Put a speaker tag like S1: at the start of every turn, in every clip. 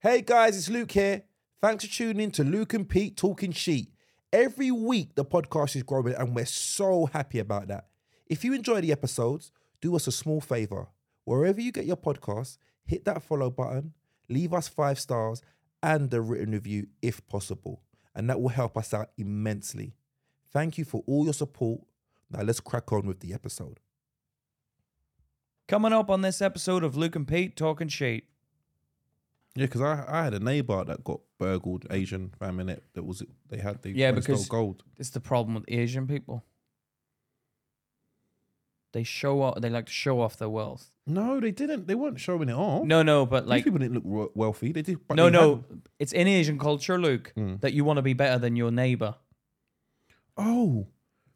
S1: Hey guys, it's Luke here. Thanks for tuning in to Luke and Pete Talking Sheet. Every week, the podcast is growing, and we're so happy about that. If you enjoy the episodes, do us a small favor. Wherever you get your podcasts, hit that follow button, leave us five stars and a written review if possible, and that will help us out immensely. Thank you for all your support. Now, let's crack on with the episode.
S2: Coming up on this episode of Luke and Pete Talking Sheet.
S1: Yeah, because I, I had a neighbour that got burgled, Asian fam in it. That was they had they
S2: Yeah, went and stole because-
S1: gold.
S2: It's the problem with Asian people. They show off. They like to show off their wealth.
S1: No, they didn't. They weren't showing it off.
S2: No, no, but
S1: These
S2: like,
S1: people didn't look ro- wealthy. They did. But
S2: no,
S1: they
S2: no.
S1: had-
S2: It's in Asian culture, Luke,
S1: Mm.
S2: that you want to be better than your neighbor.
S1: Oh,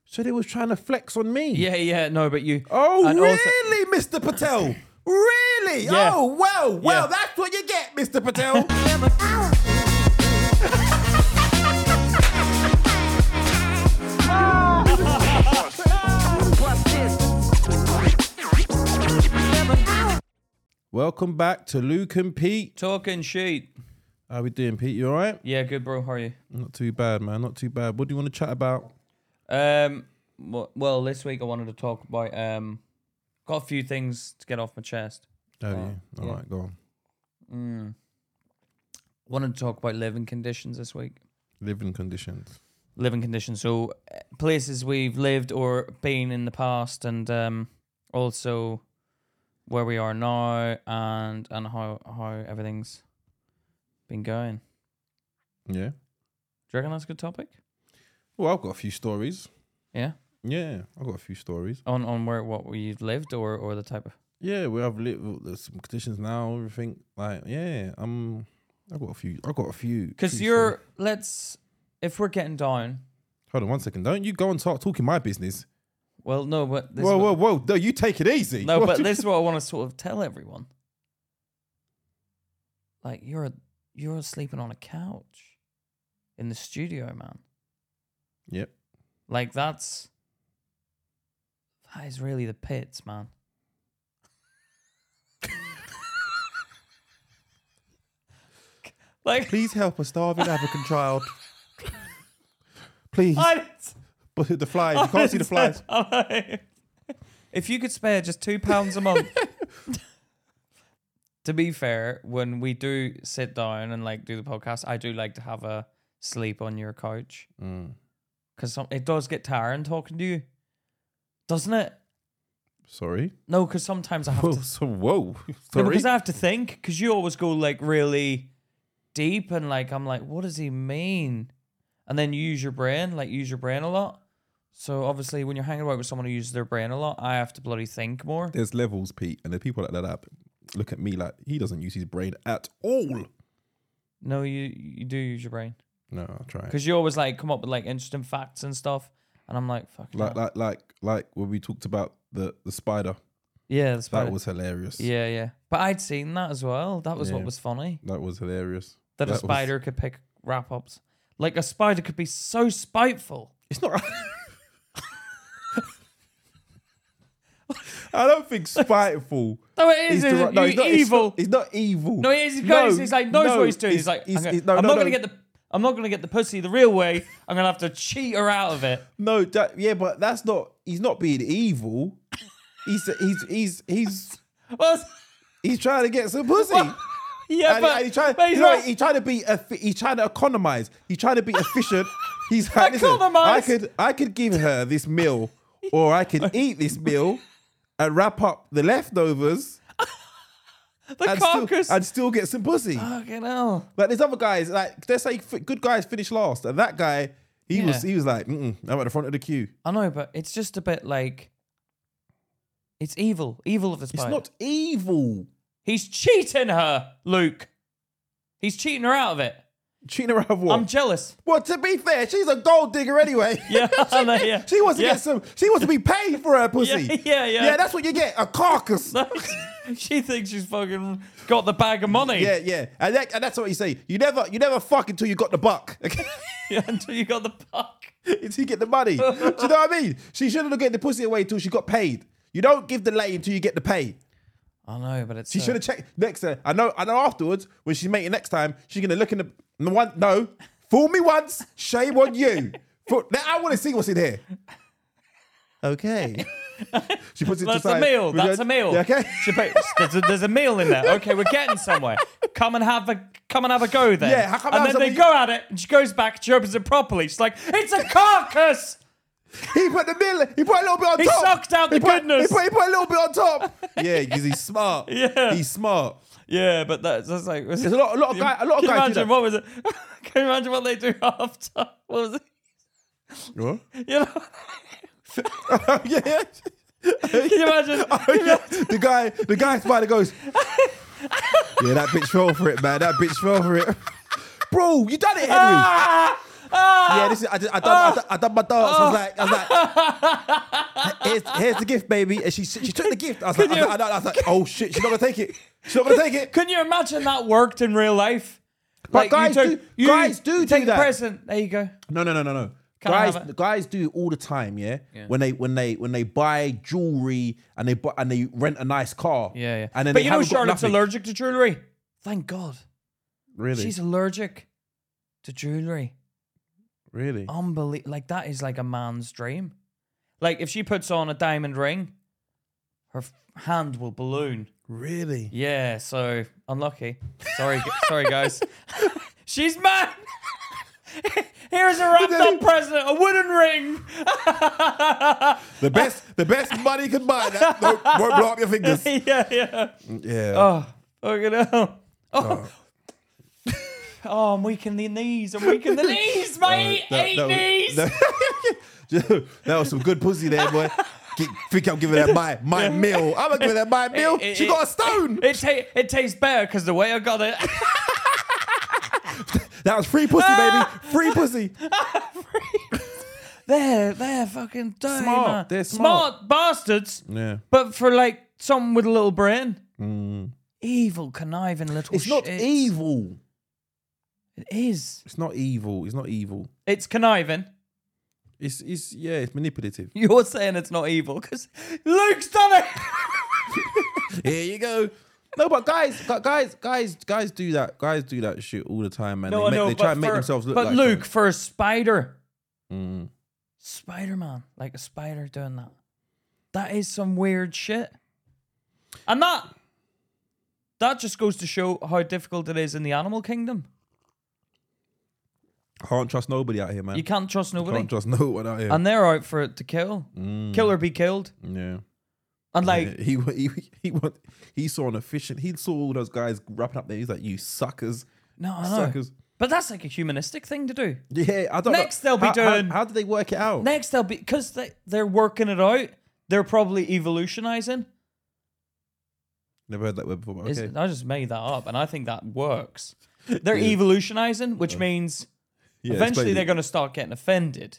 S1: so they was trying to flex on me.
S2: Yeah, yeah, no, but you.
S1: Hmm. Oh,
S2: And also-
S1: really, Mr. Patel? Really?
S2: Yeah.
S1: Oh, well, well,
S2: Yeah.
S1: that's what you get, Mr. Patel. Welcome back to Luke and Pete.
S2: Talking sheet.
S1: How we doing, Pete? You all right?
S2: Yeah, good, bro. How are you?
S1: Not too bad, man. Not too bad. What do you want to chat about?
S2: Um, wh- well, this week I wanted to talk about um, got a few things to get off my chest.
S1: Oh,
S2: Uh,
S1: yeah. All
S2: yeah.
S1: right, go on.
S2: Mm. Wanted to talk about living conditions this week.
S1: Living conditions.
S2: living conditions. So uh, places we've lived or been in the past, and um, also where we are now, and and how how everything's been going.
S1: Yeah.
S2: Do you reckon that's a good topic?
S1: Well, I've got a few stories.
S2: Yeah.
S1: Yeah, I've got a few stories.
S2: On on where what we've lived or or the type of.
S1: Yeah, we have little there's some conditions now, everything. Like, yeah, um I've got a few I've got a few.
S2: Because
S1: few
S2: you're
S1: stories.
S2: let's if we're getting down.
S1: Hold on one second. Don't you go and start talking my business.
S2: Well, no, but this
S1: Whoa,
S2: is
S1: whoa,
S2: what-
S1: whoa. No, you take it easy.
S2: no,
S1: What
S2: but
S1: you-
S2: this is what I want to sort of tell everyone. Like you're you're sleeping on a couch in the studio, man.
S1: Yep.
S2: Like that's that is really the pits, man. like
S1: Please help a starving African child. Please.
S2: I didn't-
S1: But the flies. You can't see the flies.
S2: if you could spare just two pounds a month. to be fair, when we do sit down and like do the podcast, I do like to have a sleep on your couch
S1: Mm,
S2: because it does get tiring talking to you, doesn't it?
S1: sorry.
S2: No, because sometimes I have
S1: Whoa,
S2: to
S1: so, whoa.
S2: No,
S1: Sorry.
S2: because I have to think. Because you always go like really deep, and like I'm like, what does he mean? And then you use your brain, like use your brain a lot. So obviously, when you're hanging out with someone who uses their brain a lot, I have to bloody think more.
S1: There's levels, Pete, and the people like that app look at me like he doesn't use his brain at all.
S2: No, you you do use your brain
S1: No, I'll try.
S2: because you always like come up with like interesting facts and stuff. And I'm like, fuck.
S1: Like,
S2: no.
S1: like, like, like when we talked about the the spider,
S2: yeah, that's
S1: that
S2: about
S1: was hilarious.
S2: Yeah, yeah. But I'd seen that as well. That was
S1: Yeah.
S2: what was funny.
S1: that was hilarious.
S2: That, a
S1: That was-
S2: spider could pick wrap ups. Like a spider could be so spiteful.
S1: It's not. I don't think spiteful.
S2: No, it is.
S1: is the
S2: isn't
S1: right- no,
S2: you
S1: he's not, he's
S2: evil.
S1: not- He's not evil.
S2: No, he is. He's, going, he's like knows
S1: no,
S2: what he's doing. He's
S1: it's-
S2: like, I'm,
S1: it's-
S2: gonna,
S1: it's- no,
S2: I'm
S1: no,
S2: not
S1: no.
S2: gonna get the. I'm not gonna get the pussy the real way. I'm gonna have to cheat her out of it.
S1: No, that, yeah, but that's not. He's not being evil. He's he's he's he's
S2: Well,
S1: he's trying to get some pussy.
S2: yeah,
S1: and,
S2: but,
S1: and he tried,
S2: but
S1: you
S2: he's
S1: know,
S2: not-
S1: he tried to be, effi- he tried to economize. He tried to be efficient. He's like, listen, I
S2: Economize.
S1: could, I could give her this meal, or I could eat this meal and wrap up the leftovers
S2: the
S1: and still,
S2: carcass.
S1: and still get some pussy.
S2: Fucking hell.
S1: Like there's other guys, like let's say f- good guys finish last, and that guy, he was,
S2: Yeah.
S1: he was like, Mm-mm, I'm at the front of the queue.
S2: I know, but it's just a bit like. It's evil. Evil of the
S1: It's
S2: spider.
S1: not evil.
S2: He's cheating her, Luke. He's cheating her out of it.
S1: Cheating her out of what?
S2: I'm jealous.
S1: well, to be fair, she's a gold digger anyway.
S2: Yeah, I know, yeah.
S1: She wants to
S2: yeah.
S1: get some. She wants to be paid for her pussy.
S2: Yeah, yeah, yeah.
S1: Yeah, that's what you get. A carcass.
S2: she thinks she's fucking got the bag of money.
S1: Yeah, yeah. And, that, and that's what you say. You never, you never fuck until you got the buck. Okay?
S2: yeah until you got the puck.
S1: until you get the money. Do you know what I mean? She shouldn't have get the pussy away until she got paid. You don't give the lay until you get the pay.
S2: I know, but it's
S1: She
S2: uh,
S1: should have checked next time. I know. I know. Afterwards, when she's making next time, she's gonna look in the, in the one. No, fool me once, shame on you. Fool, now I want to see what's in here. Okay. she puts it to
S2: That's
S1: side.
S2: a meal.
S1: We go-
S2: That's a meal.
S1: Yeah, okay.
S2: She put- there's, a, there's a meal in there. Okay, we're getting somewhere. Come and have a come and have a go then.
S1: Yeah, how come I
S2: and
S1: have
S2: then they
S1: something-
S2: go at it. And she goes back. She opens it properly. She's like, "It's a carcass."
S1: He put the meal. He put a little bit on
S2: He
S1: top.
S2: sucked out
S1: He
S2: the
S1: put-
S2: goodness.
S1: He put, he put a little bit on top. yeah, because he's smart.
S2: Yeah.
S1: he's smart.
S2: Yeah, but that's, that's like
S1: There's a lot. A lot of guys. A lot of
S2: Can you
S1: guys. do
S2: imagine what was it? Can you imagine what they do after? What was it?
S1: that. What?
S2: You know?
S1: yeah, yeah. Oh,
S2: Can you imagine?
S1: yeah. The guy, the guy spider goes. yeah, that bitch fell for it, man. That bitch fell for it, bro. You done it, Henry.
S2: Ah! Ah!
S1: Yeah, this is. I, did, I, done, I, done, I done my dance. I was like, I was like, here's, here's the gift, baby. And she she took the gift. I was, like, I, was
S2: you-
S1: like, I was like, oh shit, she's not gonna take it. She's not gonna take it.
S2: Can you imagine that worked in real life?
S1: But guys do- guys do
S2: take
S1: do
S2: a
S1: that.
S2: present. There you go.
S1: No, no, no, no, no.
S2: Can't
S1: guys,
S2: have it.
S1: guys do it all the time. Yeah? when they when they when they buy jewelry and they buy, and they rent a nice car.
S2: Yeah, yeah.
S1: And then
S2: but
S1: they
S2: you know
S1: haven't got
S2: Charlotte's
S1: nothing.
S2: allergic to jewelry. Thank God.
S1: Really,
S2: She's allergic to jewelry.
S1: really.
S2: Oh. Unbelievable. Like that is like a man's dream. Like if she puts on a diamond ring, her f- hand will balloon.
S1: Really?
S2: Yeah, so unlucky. Sorry, g- sorry guys. She's mad. Here is a wrapped up present, a wooden ring.
S1: The best, the best money could buy that. Don't, won't blow up your fingers.
S2: yeah, yeah.
S1: Yeah.
S2: Oh, fucking hell. Oh. oh, I'm weak in the knees. I'm weak in the knees, mate. Eight
S1: Oh, that
S2: knees.
S1: Was, that, that was some good pussy there, boy. Get, think I'm giving her my my meal. I'm gonna give her my meal.
S2: it-
S1: she
S2: it-
S1: got a stone.
S2: It, ta- it tastes better because the way I got it.
S1: That was free pussy, baby. Free pussy.
S2: they're they're fucking dirty,
S1: Smart.
S2: man.
S1: They're smart.
S2: bastards.
S1: Yeah.
S2: But for like someone with a little brain, evil, conniving little.
S1: Mm. It's not e-
S2: shits.
S1: evil.
S2: It is.
S1: It's not evil. It's not evil.
S2: It's conniving.
S1: It's it's yeah. It's manipulative.
S2: You're saying it's not evil because Luke's done it.
S1: Here you go. No, but guys, gu- guys, guys, guys do that. Guys do that shit all the time, man.
S2: No,
S1: they,
S2: I
S1: make-
S2: know.
S1: they
S2: but
S1: try and make
S2: for-
S1: themselves look
S2: But
S1: like
S2: Luke,
S1: something.
S2: for a spider,
S1: Mm.
S2: Spider Man, like a spider doing that. That is some weird shit. And that that just goes to show how difficult it is in the animal kingdom.
S1: can't trust nobody out here, man.
S2: You can't trust nobody.
S1: can't trust no one out here.
S2: and they're out for it to kill.
S1: Mm.
S2: Kill or be killed.
S1: yeah.
S2: And like
S1: Yeah, he wa- he he wa- he saw an efficient. He saw all those guys wrapping up there. He's like, "You suckers,
S2: No, I know.
S1: suckers."
S2: But that's like a humanistic thing to do.
S1: Yeah, I don't. know-
S2: Next they'll be
S1: how, how-
S2: doing-
S1: How, do they work it out?
S2: Next, they'll be because they they're working it out. They're probably evolutionizing.
S1: Never heard that word before. But
S2: Is-
S1: okay.
S2: I just made that up, and I think that works. They're evolutionizing, which means
S1: Uh, Yeah,
S2: eventually
S1: explain
S2: they're
S1: it.
S2: going to start getting offended.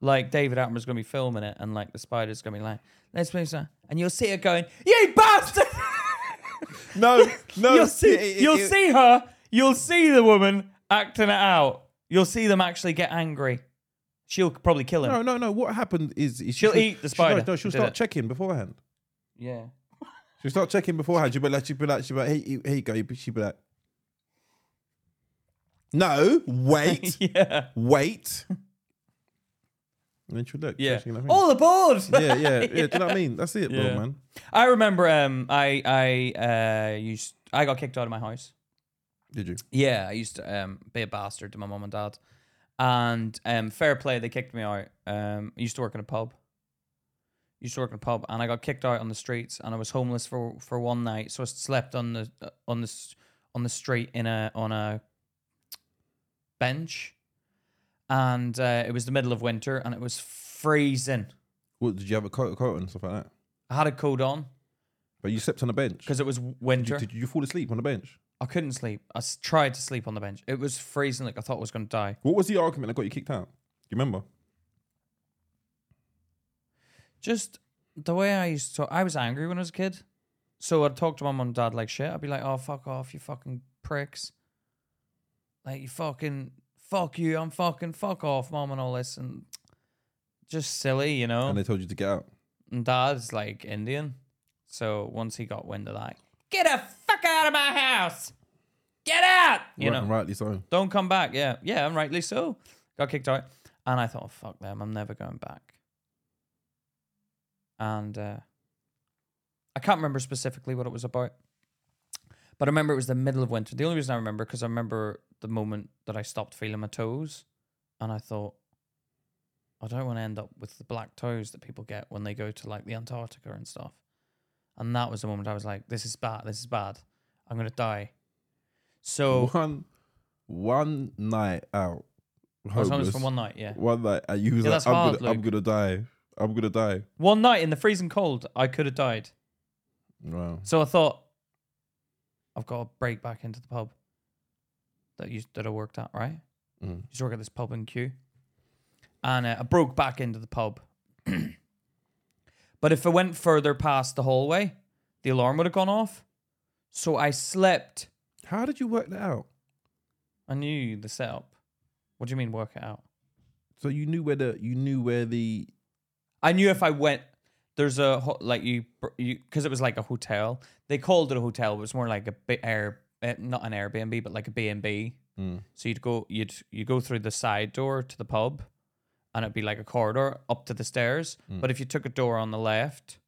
S2: Like David Attenborough's going to be filming it, and like the spider's going to be like, "Let's play some," and you'll see her going, "You bastard!"
S1: No, no.
S2: you'll see,
S1: it- it-
S2: you'll
S1: it-
S2: see her. You'll see the woman acting it out. You'll see them actually get angry. She'll probably kill him.
S1: No, no, no. What happened is, is
S2: She'll eat the spider.
S1: She'll, no, she'll
S2: Did
S1: start
S2: it.
S1: checking beforehand.
S2: Yeah.
S1: She'll start checking beforehand. She'll be like, she'll be like, she'll be like, hey, here you go. She'll be like, no, wait,
S2: yeah.
S1: wait. And then she'll look.
S2: Yeah.
S1: she'll like, "Hmm."
S2: All aboard.
S1: yeah, yeah, yeah. Do you know what I mean? That's it, bro,
S2: Yeah.
S1: man.
S2: I remember um I I uh used I got kicked out of my house.
S1: Did you?
S2: Yeah, I used to um be a bastard to my mum and dad. And um fair play, they kicked me out. Um I used to work in a pub. Used to work in a pub and I got kicked out on the streets and I was homeless for for one night. So I slept on the on the s- on the street in a on a bench. And uh, it was the middle of winter and it was freezing.
S1: What did you have a coat, a coat and stuff like that?
S2: I had a coat on
S1: But you slept on a bench.
S2: because it was winter.
S1: Did you fall asleep on the bench?
S2: I couldn't sleep. I s- tried to sleep on the bench. It was freezing. Like I thought I was going to die.
S1: What was the argument that got you kicked out? Do you remember?
S2: Just the way I used to. I was angry when I was a kid, so I'd talk to my mum and dad like shit. I'd be like, "Oh fuck off, you fucking pricks! Like you fucking fuck you. I'm fucking fuck off, mum, and all this and just silly, you know."
S1: And they told you to get out.
S2: And dad's like Indian, so once he got wind of that, Get the fuck out of my house. Get out. You
S1: Right-
S2: know,
S1: rightly so.
S2: don't come back. Yeah, yeah, and rightly so. Got kicked out, and I thought, fuck them. I'm never going back. And uh, I can't remember specifically what it was about, but I remember it was the middle of winter. The only reason I remember because I remember the moment that I stopped feeling my toes, and I thought, I don't want to end up with the black toes that people get when they go to like the Antarctica and stuff. And that was the moment I was like, this is bad. This is bad. I'm gonna die. So
S1: One, one night out,
S2: I was homeless
S1: homeless.
S2: for one night, yeah.
S1: One night, and you was
S2: Yeah,
S1: like,
S2: that's
S1: I'm,
S2: hard,
S1: gonna, I'm gonna die. I'm gonna die.
S2: One night in the freezing cold, I could have died.
S1: Wow.
S2: So I thought, I've got to break back into the pub that you that I worked at, right?
S1: Mm.
S2: Used to work at this pub in Kew, and uh, I broke back into the pub. but if I went further past the hallway, the alarm would have gone off. So I slept.
S1: How did you work that out?
S2: I knew the setup. What do you mean work it out?
S1: So you knew where the you knew where the
S2: I knew if I went, there's a ho- like you br- you because it was like a hotel. They called it a hotel, but it was more like a bit air, eh, not an Airbnb, but like a B and B.
S1: Hmm.
S2: So you'd go, you'd you go through the side door to the pub, and it'd be like a corridor up to the stairs.
S1: Hmm.
S2: But if you took a door on the left,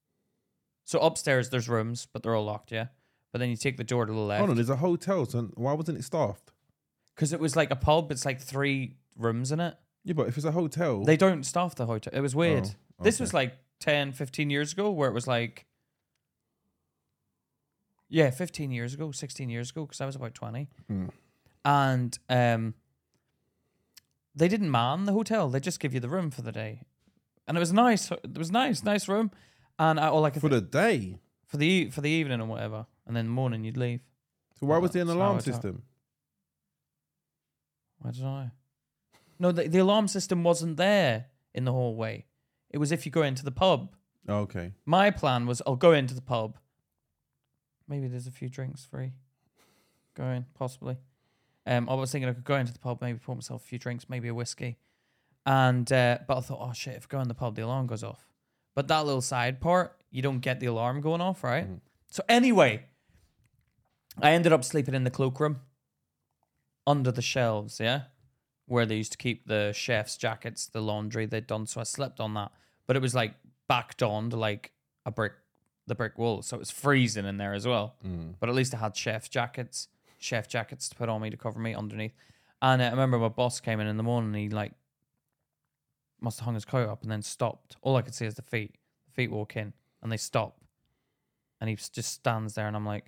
S2: so upstairs there's rooms, but they're all locked, yeah. But then you take the door to the
S1: hold on.
S2: left
S1: There's a hotel. So why wasn't it staffed?
S2: because it was like a pub. It's like three rooms in it.
S1: Yeah, but if it's a hotel,
S2: They don't staff the hotel. It was weird.
S1: Oh,
S2: This
S1: okay.
S2: was like 10, 15 years ago where it was like, yeah, 15 years ago, 16 years ago, because I was about 20.
S1: Mm.
S2: And um, they didn't man the hotel. They just give you the room for the day. And it was nice. It was nice, nice room. And I, all I could
S1: for
S2: for,
S1: the day.
S2: for the e- for the evening and whatever. And then morning you'd leave.
S1: So why was there an
S2: It's
S1: alarm
S2: how it's out.
S1: system?
S2: I don't know. No, the, the alarm system wasn't there in the hallway. It was if you go into the pub.
S1: Oh, okay.
S2: My plan was I'll go into the pub. Maybe there's a few drinks free. Go in, possibly. Um, I was thinking I could go into the pub, maybe pour myself a few drinks, maybe a whiskey. And uh, but I thought, oh shit, if I go in the pub, the alarm goes off. But that little side part, you don't get the alarm going off, right? So anyway, I ended up sleeping in the cloakroom under the shelves, yeah, where they used to keep the chef's jackets, the laundry they'd done. So I slept on that, but it was like backed on to like a brick, the brick wall, so it was freezing in there as well.
S1: Hmm.
S2: But at least I had chef's jackets, chef jackets to put on me to cover me underneath. And uh, I remember my boss came in in the morning. and He like must have hung his coat up and then stopped. All I could see is the feet. The feet walk in and they stop, and he s- just stands there, and I'm like,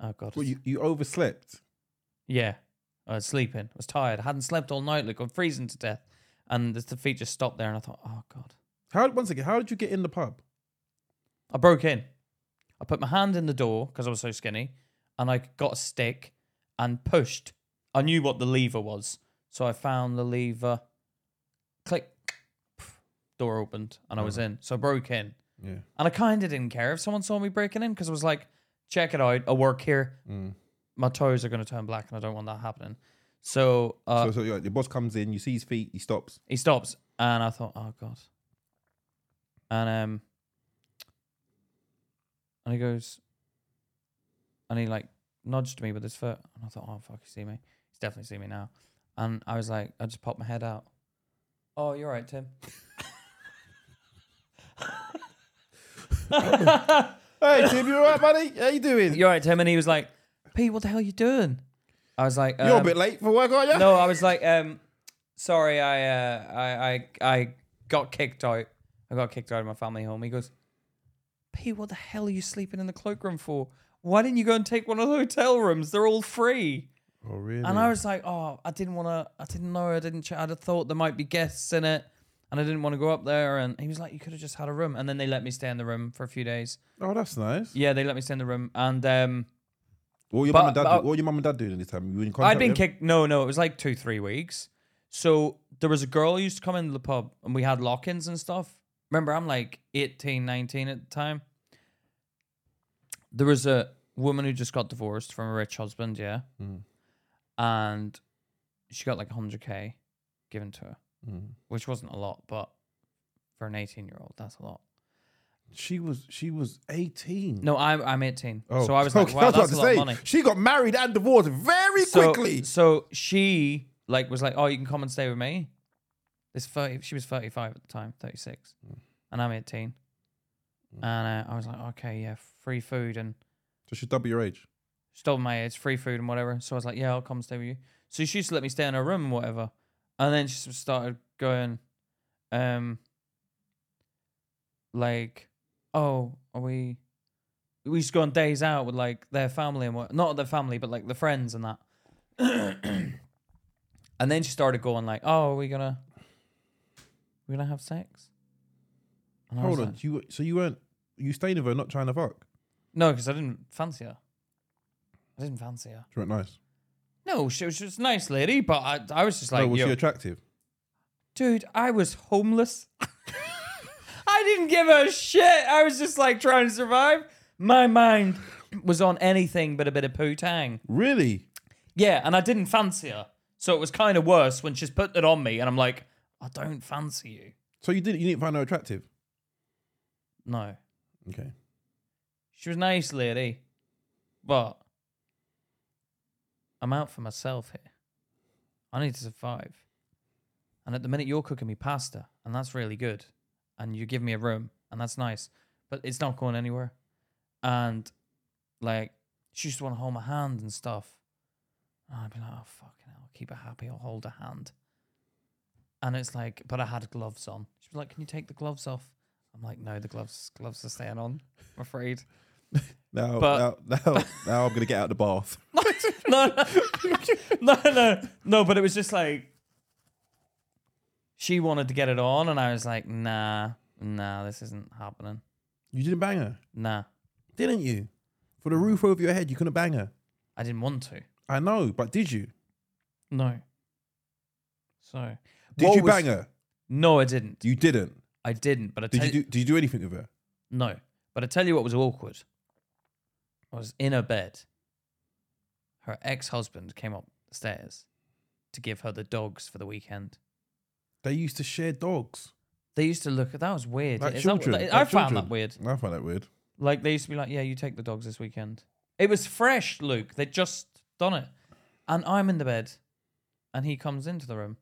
S2: oh god,
S1: Well,
S2: it's-
S1: you, you overslept.
S2: yeah. I was sleeping. I was tired. I hadn't slept all night. Like, I'm freezing to death. And the, the feet just stopped there. And I thought, oh, God.
S1: How once again? How did you get in the pub?
S2: I broke in. I put my hand in the door because I was so skinny. And I got a stick and pushed. I knew what the lever was. So I found the lever. Click. Door opened. And I was in. So I broke in.
S1: Yeah.
S2: And I kind of didn't care if someone saw me breaking in because I was like, check it out. I work here.
S1: hmm.
S2: My toes are going to turn black and I don't want that happening. So, uh,
S1: so so you're like, your boss comes in. You see his feet. He stops.
S2: he stops, and I thought, oh god. And um, and he goes, and he like nudged me with his foot, and I thought, oh fuck, he see me. He's definitely seen me now. And I was like, I just popped my head out. Oh, you're right, Tim.
S1: Hey Tim, you alright, buddy? How you doing? You're,
S2: You're right, Tim. And he was like, Pete, what the hell are you doing? I was like, um,
S1: a bit late for work, aren't you?
S2: no, I was like, um, sorry, I, uh, I, I, I got kicked out. I got kicked out of my family home. He goes, P, what the hell are you sleeping in the cloakroom for? Why didn't you go and take one of the hotel rooms? They're all free.
S1: Oh really?
S2: And I was like, oh, I didn't want to, I didn't know, I didn't, ch- I'd have thought there might be guests in it. And I didn't want to go up there. And he was like, you could have just had a room. And then they let me stay in the room for a few days.
S1: oh, that's nice.
S2: Yeah, they let me stay in the room. And, um,
S1: What were your
S2: But-
S1: mum and dad?
S2: but-
S1: do- what were your mum and dad doing at this time? You were in contact.
S2: I'd been
S1: with them?
S2: kicked. No, no, it was like two, three weeks. So there was a girl who used to come into the pub and we had lock ins and stuff. Remember, I'm like 18, 19 at the time. There was a woman who just got divorced from a rich husband, yeah.
S1: Mm.
S2: And she got like 100K given to her,
S1: Mm.
S2: which wasn't a lot, but for an 18 year old, that's a lot.
S1: She was she was 18.
S2: No, I'm I'm 18.
S1: Oh,
S2: so I was like,
S1: okay,
S2: wow,
S1: about
S2: that's a
S1: to
S2: lot of
S1: say,
S2: money.
S1: She got married and divorced very
S2: So,
S1: quickly.
S2: so she like was like, oh, you can come and stay with me. This 30, she was 35 at the time, 36,
S1: Mm.
S2: and I'm 18. And uh, I was like, okay, yeah, free food and
S1: So she's double your age.
S2: stole my age, free food and whatever. So I was like, yeah, I'll come stay with you. So she used to let me stay in her room and whatever. And then she sort of started going, um, like, oh, are we? We used to go on days out with like their family and what, not their family, but like the friends and that. and then she started going like, oh, are we gonna, we gonna have sex? And I was
S1: Hold on.
S2: like-
S1: You so you weren't you staying with her, not trying to fuck.
S2: no, because I didn't fancy her. I didn't fancy her.
S1: She weren't nice.
S2: No, she was just a nice lady, but I, I was just like,
S1: no, was
S2: yo,
S1: Oh, she attractive?
S2: dude, I was homeless. I didn't give a shit. I was just like trying to survive. My mind was on anything but a bit of poo tang.
S1: Really?
S2: Yeah, and I didn't fancy her. So it was kind of worse when she's put it on me and I'm like, I don't fancy you.
S1: So you didn't you didn't find her attractive?
S2: No.
S1: Okay.
S2: She was a nice lady, but I'm out for myself here. I need to survive. And at the minute, you're cooking me pasta, and that's really good. And you give me a room, and that's nice, but it's not going anywhere. And like, she used to want to hold my hand and stuff. And I'd be like, oh, fucking hell, keep her happy or hold her hand. And it's like, but I had gloves on. She was like, can you take the gloves off? I'm like, no, the gloves gloves are staying on, I'm afraid.
S1: Now,
S2: But-
S1: now, now, now I'm gonna get out of the bath.
S2: no, no, no, no, no. But it was just like she wanted to get it on, and I was like, nah, nah, this isn't happening.
S1: You didn't bang her,
S2: Nah,
S1: didn't you? For the roof over your head, you couldn't bang her.
S2: I didn't want to.
S1: I know, but did you?
S2: No. So
S1: Did
S2: what
S1: you
S2: was-
S1: bang her?
S2: No, I didn't.
S1: You didn't.
S2: I didn't. But I
S1: Did
S2: tell
S1: you do? Did you do anything with her?
S2: No, but I tell you what was awkward. I was in her bed. Her ex-husband came upstairs to give her the dogs for the weekend.
S1: They used to share dogs.
S2: They used to look at that was weird.
S1: Like
S2: Is that-
S1: children. like
S2: that- I found
S1: children.
S2: that weird.
S1: I find that weird.
S2: Like they used to be like, yeah, you take the dogs this weekend. It was fresh, Luke. They'd just done it, and I'm in the bed, and he comes into the room,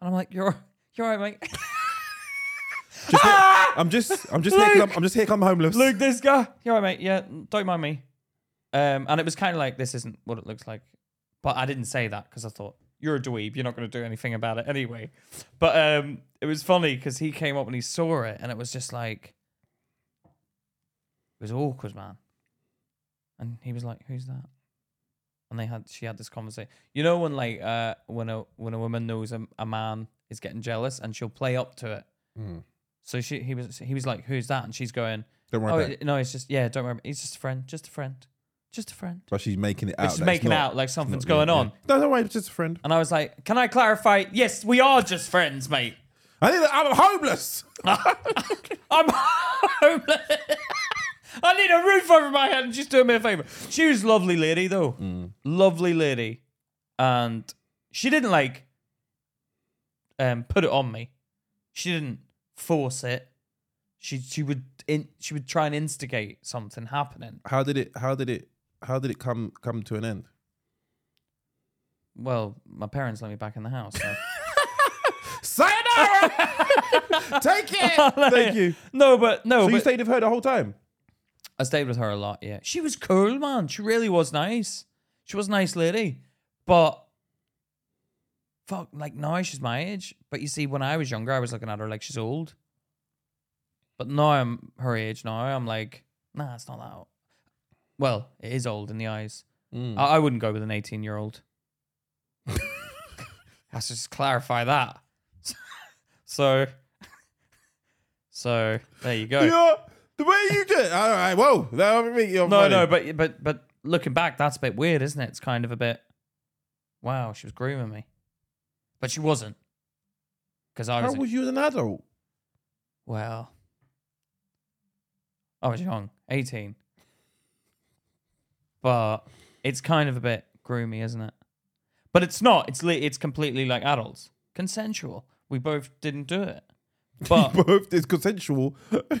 S2: and I'm like, you're you're all right, mate.
S1: Just here- I'm just, I'm just, here,
S2: Luke!
S1: I'm, I'm just here. Come homeless.
S2: Luke, this guy. You're all right, mate. Yeah, don't mind me. Um, and it was kind of like this isn't what it looks like, but I didn't say that because I thought you're a dweeb. You're not going to do anything about it anyway. But um, it was funny because he came up and he saw it, and it was just like it was awkward, man. And he was like, "Who's that?" And they had she had this conversation. You know when like uh when a when a woman knows a, a man is getting jealous and she'll play up to it. So she he was he was like, "Who's that?" And she's going,
S1: Don't worry
S2: Oh
S1: about it.
S2: it- no, it's just yeah. Don't worry. He's just a friend. Just a friend. Just a friend.
S1: But she's making it out.
S2: It's just
S1: that
S2: making
S1: not-
S2: out like something's
S1: yeah,
S2: going
S1: yeah.
S2: on.
S1: No, don't worry. It's just a friend.
S2: And I was like, "Can I clarify? Yes, we are just friends, mate.
S1: I think that I'm homeless.
S2: I'm homeless. I need a roof over my head. And just doing me a favor. She was a lovely lady though.
S1: Mm.
S2: Lovely lady, and she didn't like um put it on me. She didn't force it. She she would in, she would try and instigate something happening.
S1: How did it? How did it? How did it come come to an end?
S2: Well, my parents let me back in the house. so-
S1: Sayonara. Take it. Thank you.
S2: No, but no,
S1: So you
S2: but
S1: stayed with her the whole time.
S2: I stayed with her a lot. Yeah, she was cool, man. She really was nice. She was a nice lady, but fuck, like now she's my age. But you see, when I was younger, I was looking at her like she's old. But now I'm her age. Now I'm like, nah, it's not that. Old. Well, it is old in the eyes. I, I wouldn't go with an eighteen-year-old. Let's just clarify that. so, so there you go.
S1: Yeah, the way you did. All right. Whoa. That would be your
S2: No,
S1: funny.
S2: no, but but but looking back, that's a bit weird, isn't it? It's kind of a bit. Wow, she was grooming me, but she wasn't, because I
S1: How
S2: was,
S1: was you as an adult?
S2: well. I was young, eighteen, but it's kind of a bit groomy, isn't it? But it's not. It's li- it's completely like adults, consensual. We both didn't do it, But
S1: Both is consensual,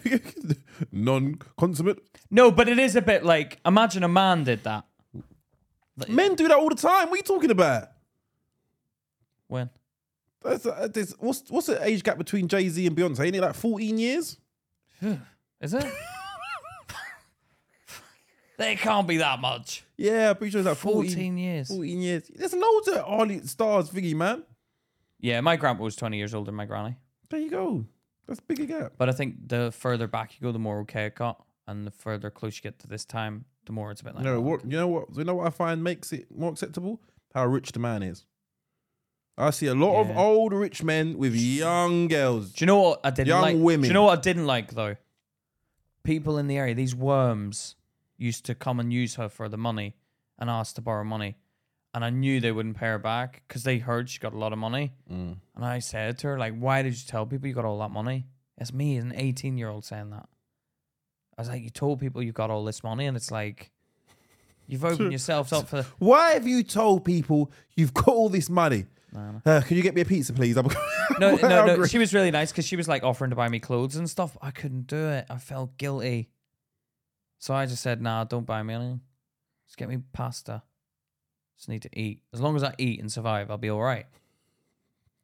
S1: non-consummate.
S2: no, but it is a bit like imagine a man did that.
S1: Men do that all the time. What are you talking about?
S2: When?
S1: That's, uh, there's- what's what's the age gap between Jay Z and Beyonce? Ain't it like 14 years?
S2: Is it? they can't be that much.
S1: Yeah, I'm pretty sure it's like 14,
S2: 14 years.
S1: 14 years. There's loads of Harley stars thingy, man.
S2: Yeah, my grandpa was 20 years older than my granny.
S1: There you go. That's a bigger gap.
S2: But I think the further back you go, the more okay it got. And the further close you get to this time, the more it's a bit like.
S1: You know
S2: oh,
S1: what? You know what? You know what I find makes it more acceptable? How rich the man is. I see a lot of
S2: Yeah.
S1: old rich men with young girls.
S2: Do you know what I didn't
S1: Young
S2: like? Do
S1: women.
S2: you know what I didn't like though? People in the area, these worms used to come and use her for the money and ask to borrow money. And I knew they wouldn't pay her back because they heard she got a lot of money.
S1: Mm.
S2: And I said to her, like, why did you tell people you got all that money? It's me, an 18 year old, saying that. I was like, you told people you got all this money. And it's like, you've opened yourselves up for the.
S1: Why have you told people you've got all this money?
S2: No,
S1: Uh, can you get me a pizza, please? I'm
S2: No,
S1: quite
S2: no, no.
S1: hungry.
S2: She was really nice because she was like offering to buy me clothes and stuff. I couldn't do it. I felt guilty. So I just said, nah, don't buy me anything. Just get me pasta. Just need to eat. As long as I eat and survive, I'll be all right.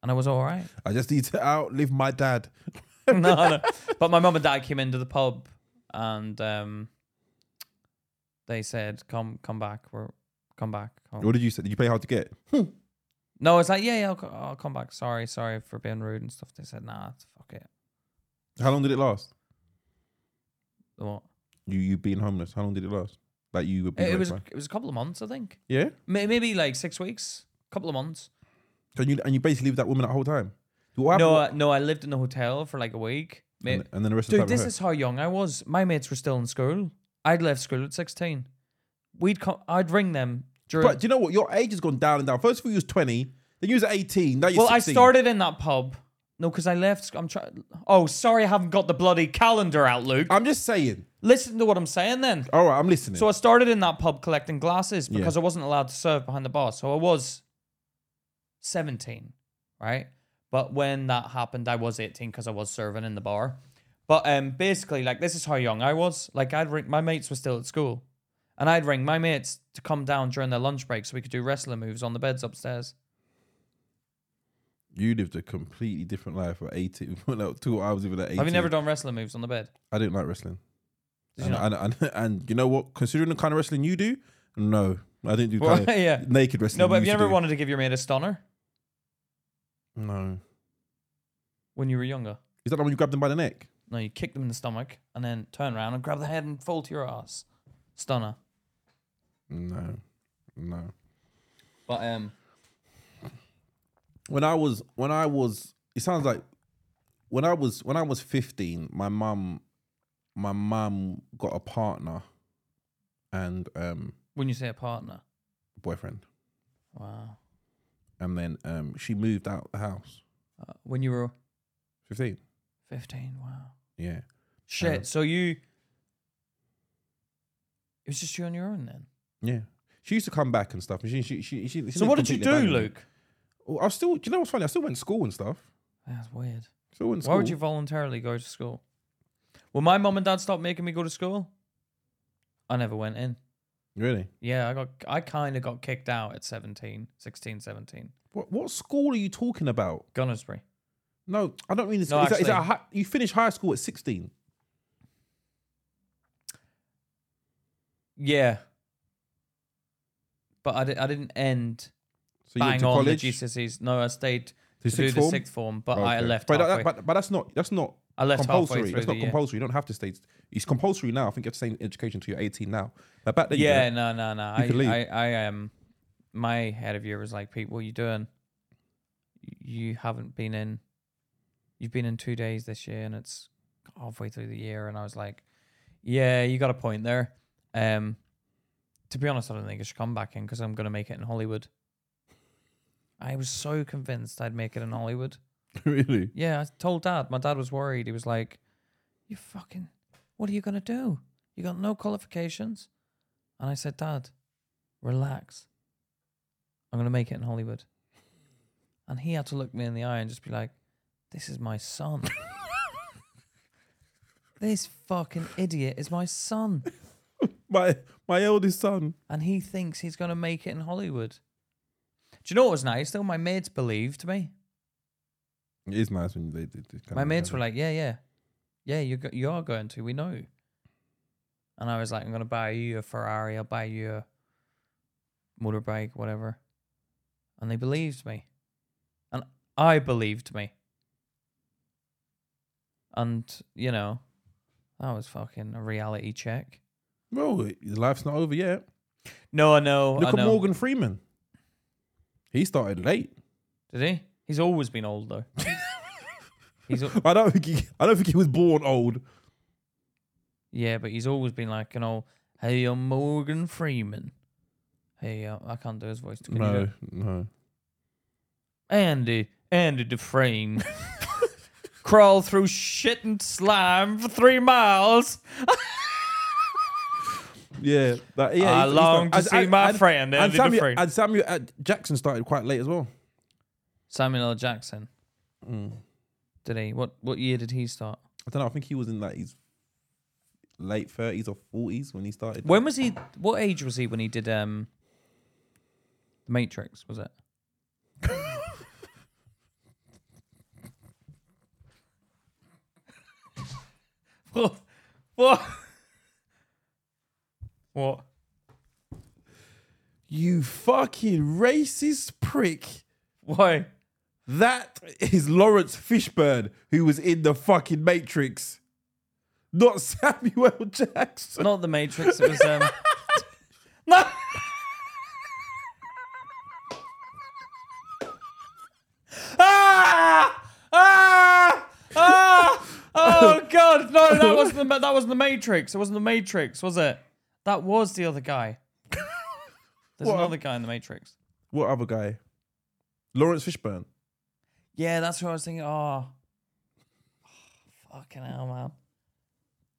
S2: And I was all right.
S1: I just need to outlive my dad.
S2: no, no. But my mum and dad came into the pub and um, they said, come, come back. We're, come back. Come.
S1: What did you say? Did you play hard to get?
S2: Hmm. No, it's like, yeah, yeah, I'll, co- I'll come back. Sorry, sorry for being rude and stuff. They said, nah, fuck it.
S1: How long did it last?
S2: What?
S1: You you being homeless. How long did it last? Like you were being
S2: It, it
S1: raped
S2: was
S1: by-
S2: it was a couple of months, I think.
S1: Yeah.
S2: May- Maybe like six weeks, couple of months.
S1: Can you and you basically lived that woman that whole time? What happened?
S2: No, I, no, I lived in the hotel for like a week. Ma-
S1: and, and then the rest
S2: Dude,
S1: of the time.
S2: this is how young I was. My mates were still in school. I'd left school at sixteen. We'd come. I'd ring them during.
S1: But do you know what? Your age has gone down and down. First of all, you was twenty. Then you was eighteen. Now you're
S2: well,
S1: 16.
S2: I started in that pub. No, because I left. sc- I'm trying. Oh, sorry, I haven't got the bloody calendar out, Luke.
S1: I'm just saying.
S2: Listen to what I'm saying, then.
S1: All right, I'm listening.
S2: So I started in that pub collecting glasses because I wasn't allowed to serve behind the bar. So I was 17, right? But when that happened, I was 18 because I was serving in the bar. But um, basically, like this is how young I was. Like I'd ring my mates were still at school, and I'd ring my mates to come down during their lunch break so we could do wrestling moves on the beds upstairs.
S1: you lived a completely different life at eighteen. no, two hours even at eighteen.
S2: Have you never done wrestling moves on the bed?
S1: I didn't like wrestling.
S2: Did
S1: and,
S2: you not?
S1: and, and, and you know what? Considering the kind of wrestling you do, no, I didn't do kind of
S2: yeah.
S1: naked wrestling.
S2: No, but have you
S1: used to
S2: ever
S1: do.
S2: wanted to give your mate a stunner
S1: No.
S2: when you were younger?
S1: Is that the one you grabbed them by the neck?
S2: No, you kick them in the stomach and then turn around and grab the head and fall to your ass. Stunner.
S1: No, no.
S2: But um,
S1: When I was, when I was, it sounds like when I was, when I was fifteen, my mum, my mum got a partner, and um,
S2: when you say a partner,
S1: boyfriend,
S2: wow.
S1: and then um, she moved out the house.
S2: Uh, when you were
S1: Fifteen,
S2: fifteen, wow.
S1: yeah.
S2: Shit. so you, it was just you on your own then.
S1: Yeah. She used to come back and stuff. And she, she, she, she, she
S2: So what did you do,
S1: completely abandoned me.
S2: Luke?
S1: Well, I was still, do you know what's funny? I still went to school and stuff.
S2: That's weird.
S1: Still went to school.
S2: Why would you voluntarily go to school? Well, my mum and dad stopped making me go to school. I never went in.
S1: Really?
S2: Yeah, I got I kind of got kicked out at 17, 16, 17.
S1: What, what school are you talking about?
S2: Gunnersbury.
S1: No, I don't mean this.
S2: No,
S1: is that, is that a
S2: actually-
S1: hi- you finish high school at 16.
S2: Yeah. But I, di- I didn't end
S1: So
S2: bang
S1: went to
S2: on
S1: college.
S2: the GCSEs. No, I stayed
S1: To
S2: to do
S1: sixth
S2: the
S1: form? Oh,
S2: sixth form, but I
S1: Okay.
S2: left
S1: But, that-
S2: halfway.
S1: but, but that's not, that's not
S2: I left halfway
S1: compulsory.
S2: through
S1: That's
S2: the
S1: not
S2: year.
S1: compulsory. You don't have to stay. It's compulsory now. I think you have to stay in education until you're 18 now. But back then, you
S2: yeah,
S1: didn't.
S2: no, no, no.
S1: You could leave.
S2: I, I, I, um, my head of year was like, Pete, what are you doing? You haven't been in. You've been in two days this year, and it's halfway through the year. And I was like, yeah, you got a point there. Um, to be honest, I don't think I should come back in because I'm gonna make it in Hollywood. I was so convinced I'd make it in Hollywood.
S1: really?
S2: Yeah, I told dad. My dad was worried. He was like, "You fucking, what are you gonna do? You got no qualifications." And I said, "Dad, relax. I'm gonna make it in Hollywood." And he had to look me in the eye and just be like, "This is my son." This fucking idiot is my son,
S1: My my eldest son.
S2: and he thinks he's gonna make it in Hollywood. Do you know what was nice though? My mates believed me.
S1: It is nice when they did. this kind
S2: My
S1: of
S2: mates
S1: stuff.
S2: were like, "Yeah, yeah, yeah, you go- you are going to. We know." And I was like, "I'm gonna buy you a Ferrari. I'll buy you a motorbike, whatever." And they believed me, and I believed me. And you know, that was fucking a reality check.
S1: "Well, it- life's not over yet."
S2: No, I know.
S1: Look
S2: I
S1: at
S2: know.
S1: Morgan Freeman. He started late.
S2: Did he? He's always been old though. he's al-
S1: I don't think he. I don't think he was born old.
S2: yeah, but he's always been like an old. Hey, I'm Morgan Freeman. Hey, uh, I can't do his voice. Can you do it?
S1: No, no.
S2: Andy, Andy Dufresne. Crawl through shit and slime for three miles.
S1: Yeah, that, yeah. he's-
S2: I
S1: he's
S2: long
S1: not-
S2: to see my friend
S1: And
S2: Andy
S1: Samuel,
S2: Dufresne.
S1: and Samuel uh, Jackson started quite late as well.
S2: Samuel L. Jackson.
S1: Mm.
S2: Did he? What What year did he start?
S1: I don't know. I think he was in like his late thirties or forties when he started.
S2: When was he? What age was he when he did um, The Matrix? Was it? what? What? What?
S1: you fucking racist prick!
S2: Why?
S1: That is Lawrence Fishburne who was in the fucking Matrix, not Samuel Jackson.
S2: Not The Matrix. It was um. no. ah! Ah! Ah! Oh God! No, that wasn't the that wasn't the Matrix. It wasn't the Matrix, was it? That was the other guy. There's
S1: What?
S2: another guy in the Matrix.
S1: What other guy? Lawrence Fishburne.
S2: Yeah, that's what I was thinking. Oh, fucking hell,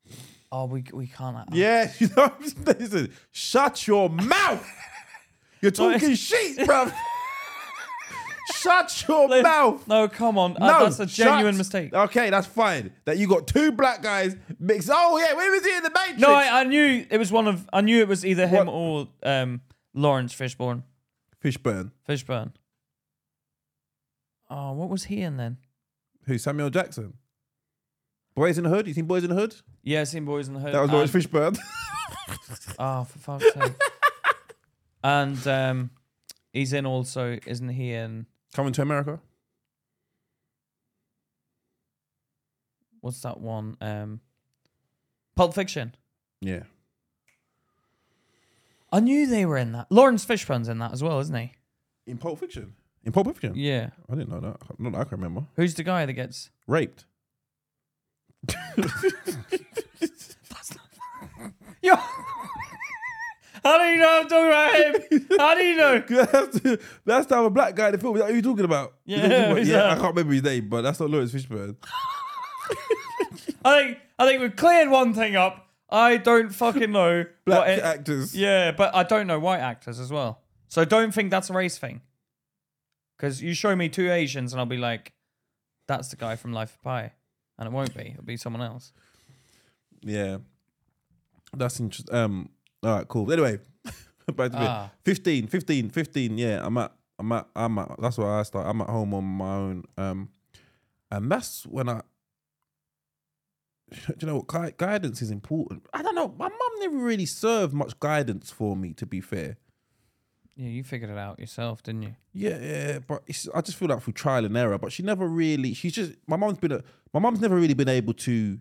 S2: man. Oh, we we can't.
S1: Yeah, you know. what I'm saying? Listen, shut your mouth. You're talking shit, bruv. shut your mouth.
S2: No, come on. Uh,
S1: No,
S2: that's a
S1: shut- Oh,
S2: genuine mistake.
S1: Okay, that's fine. That you got two black guys mixed. Oh yeah, where was he in the Matrix?
S2: No, I, I knew it was one of. I knew it was either him
S1: What?
S2: or um, Lawrence Fishburne.
S1: Fishburne.
S2: Fishburne. Oh, what was he in then?
S1: Who? Samuel Jackson. Boys in the Hood. You seen Boys in the Hood?
S2: Yeah, seen Boys in the Hood.
S1: That was Lawrence
S2: and-
S1: Fishburne.
S2: Oh, for fuck's sake. and um, he's in also, isn't he? In
S1: Coming to America.
S2: what's that one? Um, Pulp Fiction.
S1: Yeah.
S2: I knew they were in that. Lawrence Fishburne's in that as well, isn't he?
S1: In Pulp Fiction. In Pulp Fiction.
S2: Yeah.
S1: I didn't know that. Not that I can remember.
S2: Who's the guy that gets?
S1: Raped.
S2: Yo. How do you know I'm talking about him? How do you know?
S1: that's, the, that's the other black guy in the film. Who are you talking about? You know what I'm talking
S2: Yeah, who's
S1: about? yeah.
S2: that?
S1: I can't remember his name, but that's not Lawrence Fishburne.
S2: I think I think we've cleared one thing up. I don't fucking know.
S1: Black
S2: what it-
S1: actors.
S2: Yeah, but I don't know white actors as well. So don't think that's a race thing. Because you show me two Asians and I'll be like, that's the guy from Life of Pi. And it won't be. It'll be someone else.
S1: Yeah. That's interesting. Um, all right, cool. Anyway, back to me.
S2: Ah.
S1: 15, 15, 15. Yeah, I'm at, I'm at, I'm at, that's where I start. I'm at home on my own. Um, and that's when I, do you know what? Gui- guidance is important. I don't know. My mum never really served much guidance for me, to be fair.
S2: Yeah, you figured it out yourself, didn't you?
S1: Yeah, yeah, but it's, I just feel like through trial and error. But she never really. She's just my mum's been a my mum's never really been able to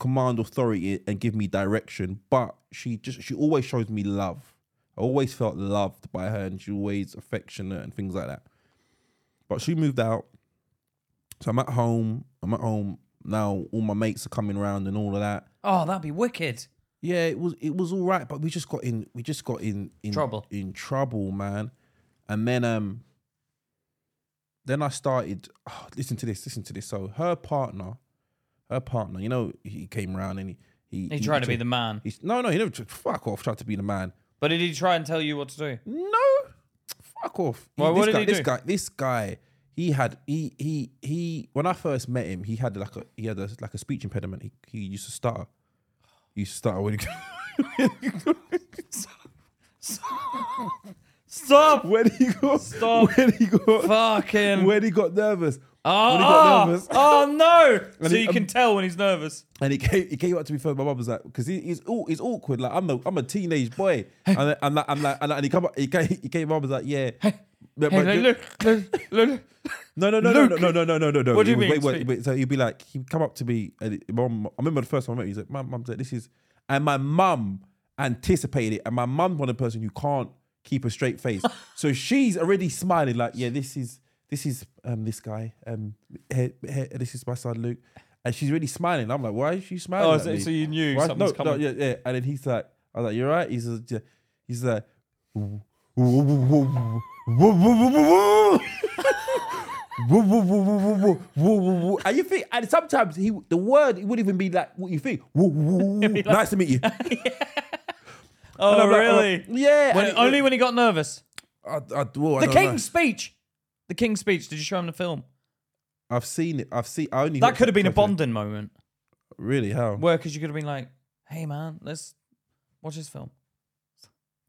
S1: command authority and give me direction. But she just she always shows me love. I always felt loved by her, and she always affectionate and things like that. But she moved out, so I'm at home. I'm at home now. All my mates are coming round and all of that.
S2: Oh, that'd be wicked.
S1: Yeah, it was it was all right, but we just got in we just got in in
S2: Trouble.
S1: in trouble, man. And then um then I started oh, listen to this, listen to this. So her partner, her partner, you know, he came around and he he,
S2: He tried to be the man.
S1: he's, no no he never tr- fuck off tried to be the man.
S2: But did he try and tell you what to do?
S1: No, fuck off.
S2: Why,
S1: this
S2: what did
S1: guy,
S2: he
S1: this
S2: do?
S1: guy, this guy, he had he he he when I first met him, he had like a he had a, like a speech impediment. He, he used to stutter. He used to stutter when he
S2: Stop!
S1: when he got
S2: Stop.
S1: when he got
S2: Fucking.
S1: when he got nervous.
S2: oh,
S1: when he got
S2: oh,
S1: nervous.
S2: oh, no!
S1: When
S2: so
S1: he- um,
S2: you can tell when he's nervous.
S1: And he came, he came up to me first. My mum was like, because he, he's aw- he's awkward. Like I'm a I'm a teenage boy, and and like, and, like, and, like, and he come up, he came he came up and was like, yeah. But-
S2: Hey,
S1: but-
S2: look, look, look, look.
S1: No, no, no, no, no,
S2: Luke.
S1: no, no, no, no, no, no.
S2: What do
S1: He
S2: you
S1: was- wait,
S2: mean,
S1: wait,
S2: speak?
S1: wait. So he'd be like, he'd come up to me, and it- mum. I remember the first time I met him. He's like, my mum said this is, and my mum anticipated it, and my mum's one of the person who can't keep a straight face, so she's already smiling like, yeah, this is this is um this guy um he, he, this is my son Luke, and she's really smiling. I'm like, why is she smiling?
S2: Oh,
S1: at
S2: so,
S1: me?
S2: so you knew
S1: Why-
S2: something's coming.
S1: yeah, yeah. And then he's like, I was like, you're right. He's like, he's like, "Woo, woo, woo, woo, woo, woo, woo, woo, woo." Woo, woo, woo, woo, woo, woo, woo, woo, woo. And you think, and sometimes he, the word, it wouldn't even be like what you think. Woo, woo, woo, woo. Nice to meet you. And
S2: Oh,
S1: I'm like,
S2: really?
S1: uh, yeah.
S2: When-
S1: and it-
S2: only when he got nervous.
S1: I, I, well, I
S2: The
S1: don't know.
S2: King's Speech. The King's Speech. Did you show him the film?
S1: I've seen it. I've seen. I only
S2: That
S1: watched it
S2: could have been a
S1: twice, like,
S2: bonding moment.
S1: Really? How?
S2: Where, because you could have been like, hey, man, let's watch this film.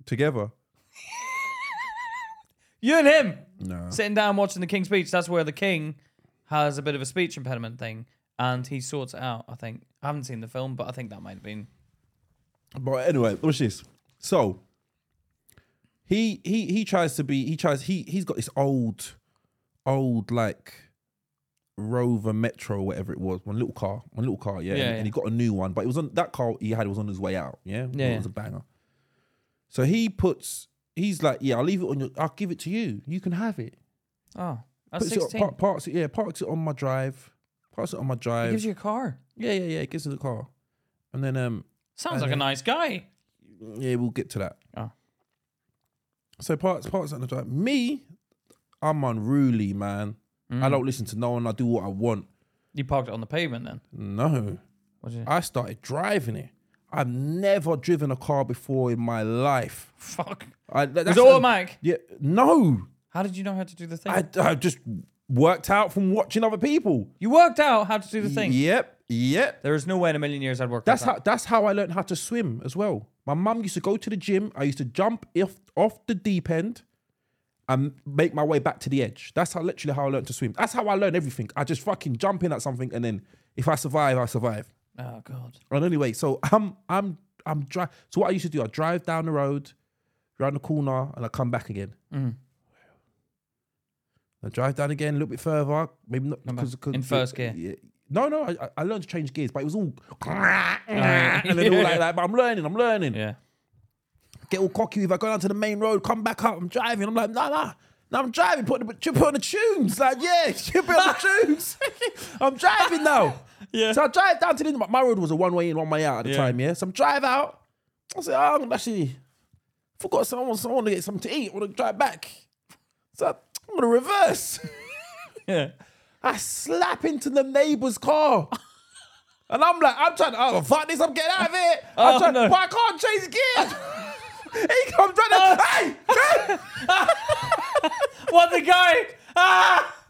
S1: Together?
S2: You and him
S1: No.
S2: sitting down watching the King's Speech. That's where the King has a bit of a speech impediment thing and he sorts it out, I think. I haven't seen the film, but I think that might have been.
S1: But anyway, watch this. So he he he tries to be he tries he he's got this old old like Rover Metro whatever it was one little car one little car yeah,
S2: Yeah,
S1: and,
S2: yeah.
S1: and he got a new one but it was on that car he had was on his way out yeah
S2: Yeah,
S1: it was a banger. So he puts he's like yeah I'll leave it on your I'll give it to you you can have it
S2: Oh, that's
S1: puts it,
S2: 16.
S1: on- par- parks it yeah parks it on my drive parks it on my
S2: he
S1: drive
S2: gives you a car.
S1: yeah yeah yeah it gives it the car and then um
S2: Sounds
S1: And
S2: like a
S1: then-
S2: nice guy.
S1: yeah, we'll get to that.
S2: Oh.
S1: So parts parts on the drive. Me, I'm unruly, man.
S2: Mm.
S1: I don't listen to no one. I do what I want.
S2: You parked it on the pavement then.
S1: No,
S2: What did you?
S1: I started driving it. I've never driven a car before in my life.
S2: Fuck.
S1: I, that-
S2: It was
S1: that's-
S2: automatic.
S1: yeah, no.
S2: How did you know how to do the thing?
S1: I, I just worked out from watching other people.
S2: you worked out how to do the thing.
S1: Yep, yep.
S2: There is no way in a million years I'd work
S1: That's
S2: that.
S1: how that's how I learned how to swim as well. My mum used to go to the gym. I used to jump off off the deep end and make my way back to the edge. That's how literally how I learned to swim. That's how I learned everything. I just fucking jump in at something and then if I survive, I survive.
S2: Oh god.
S1: And anyway, so I'm I'm I'm dri- So what I used to do, I drive down the road, round the corner, and I come back again.
S2: Mm.
S1: I drive down again a little bit further, maybe not
S2: Come back.
S1: because
S2: In first gear.
S1: Yeah. No, no, I, I- I learned to change gears, but it was all and then all like that. But I'm learning, I'm learning.
S2: Yeah.
S1: Get all cocky if I go down to the main road, come back up. I'm driving. I'm like, nah, nah. Now I'm driving, put, the, put on the tunes. Like, yeah, put on the tunes. I'm driving now.
S2: Yeah.
S1: So I drive down to the my road was a one way in, one way out at the
S2: Yeah.
S1: time, yeah. So I drive out. I said, oh, I'm gonna actually forgot someone, so I want to get something to eat. I want to drive back. So I'm gonna reverse.
S2: Yeah.
S1: I slap into the neighbour's car. And I'm like, I'm trying to, oh, fuck this, I'm getting out of it. I'm
S2: Oh,
S1: trying
S2: no.
S1: but I can't change gears. he comes trying to, hey, hey!
S2: what the guy? Ah!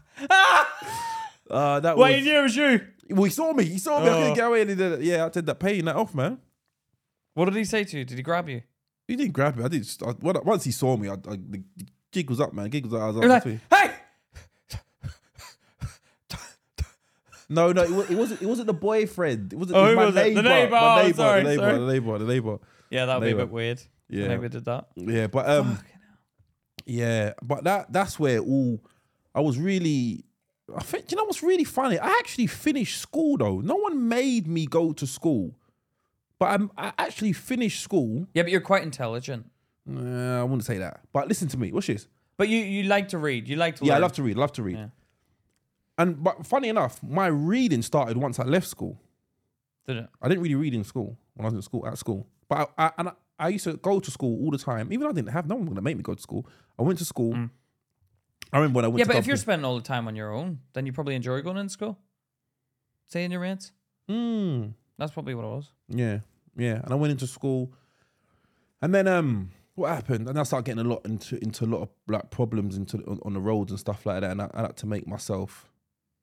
S1: Uh, that
S2: Wait, he knew it was you.
S1: well, he saw me, he saw me, I
S2: Oh.
S1: couldn't get away. And he did it. Yeah, I did that, paying that off, man.
S2: What did he say to you? Did he grab you?
S1: He didn't grab me. I didn't. I, when I- once he saw me, I, I, the jig was up, man. Gig was up. I was
S2: He
S1: up
S2: was like,
S1: between-
S2: hey!
S1: no, no, it, was, it wasn't. It wasn't the boyfriend. It wasn't. it
S2: Oh,
S1: was
S2: who
S1: my
S2: was it?
S1: neighbor.
S2: The neighbor.
S1: My
S2: Oh,
S1: neighbor.
S2: sorry,
S1: the neighbor.
S2: sorry.
S1: The neighbor. The neighbor.
S2: Yeah, that would be a
S1: Neighbor.
S2: bit weird.
S1: Yeah.
S2: Maybe did that.
S1: Yeah, but um,
S2: Fucking hell.
S1: yeah, but that that's where all I was really. I think you know what's really funny. I actually finished school though. No one made me go to school, but I'm, I actually finished school.
S2: Yeah, but you're quite intelligent.
S1: Nah, I wouldn't say that. But listen to me. What's this?
S2: But you, you like to read. You like to
S1: Yeah, I
S2: learn.
S1: love to read. Love to read.
S2: Yeah.
S1: And but funny enough, my reading started once I left school.
S2: Did it?
S1: I didn't really read in school when I was in school at school. But I, I and I, I used to go to school all the time. Even though I didn't have no one was gonna make me go to school. I went to school. I remember when I went
S2: Mm. Yeah,
S1: to
S2: but if you're
S1: Gulf-
S2: spending all the time on your own, then you probably enjoy going in school. Saying your rants.
S1: Mm,
S2: That's probably what it was.
S1: yeah, yeah. And I went into school. And then um what happened? And I start getting a lot into into a lot of like problems into on, on the roads and stuff like that. And I, I had to make myself,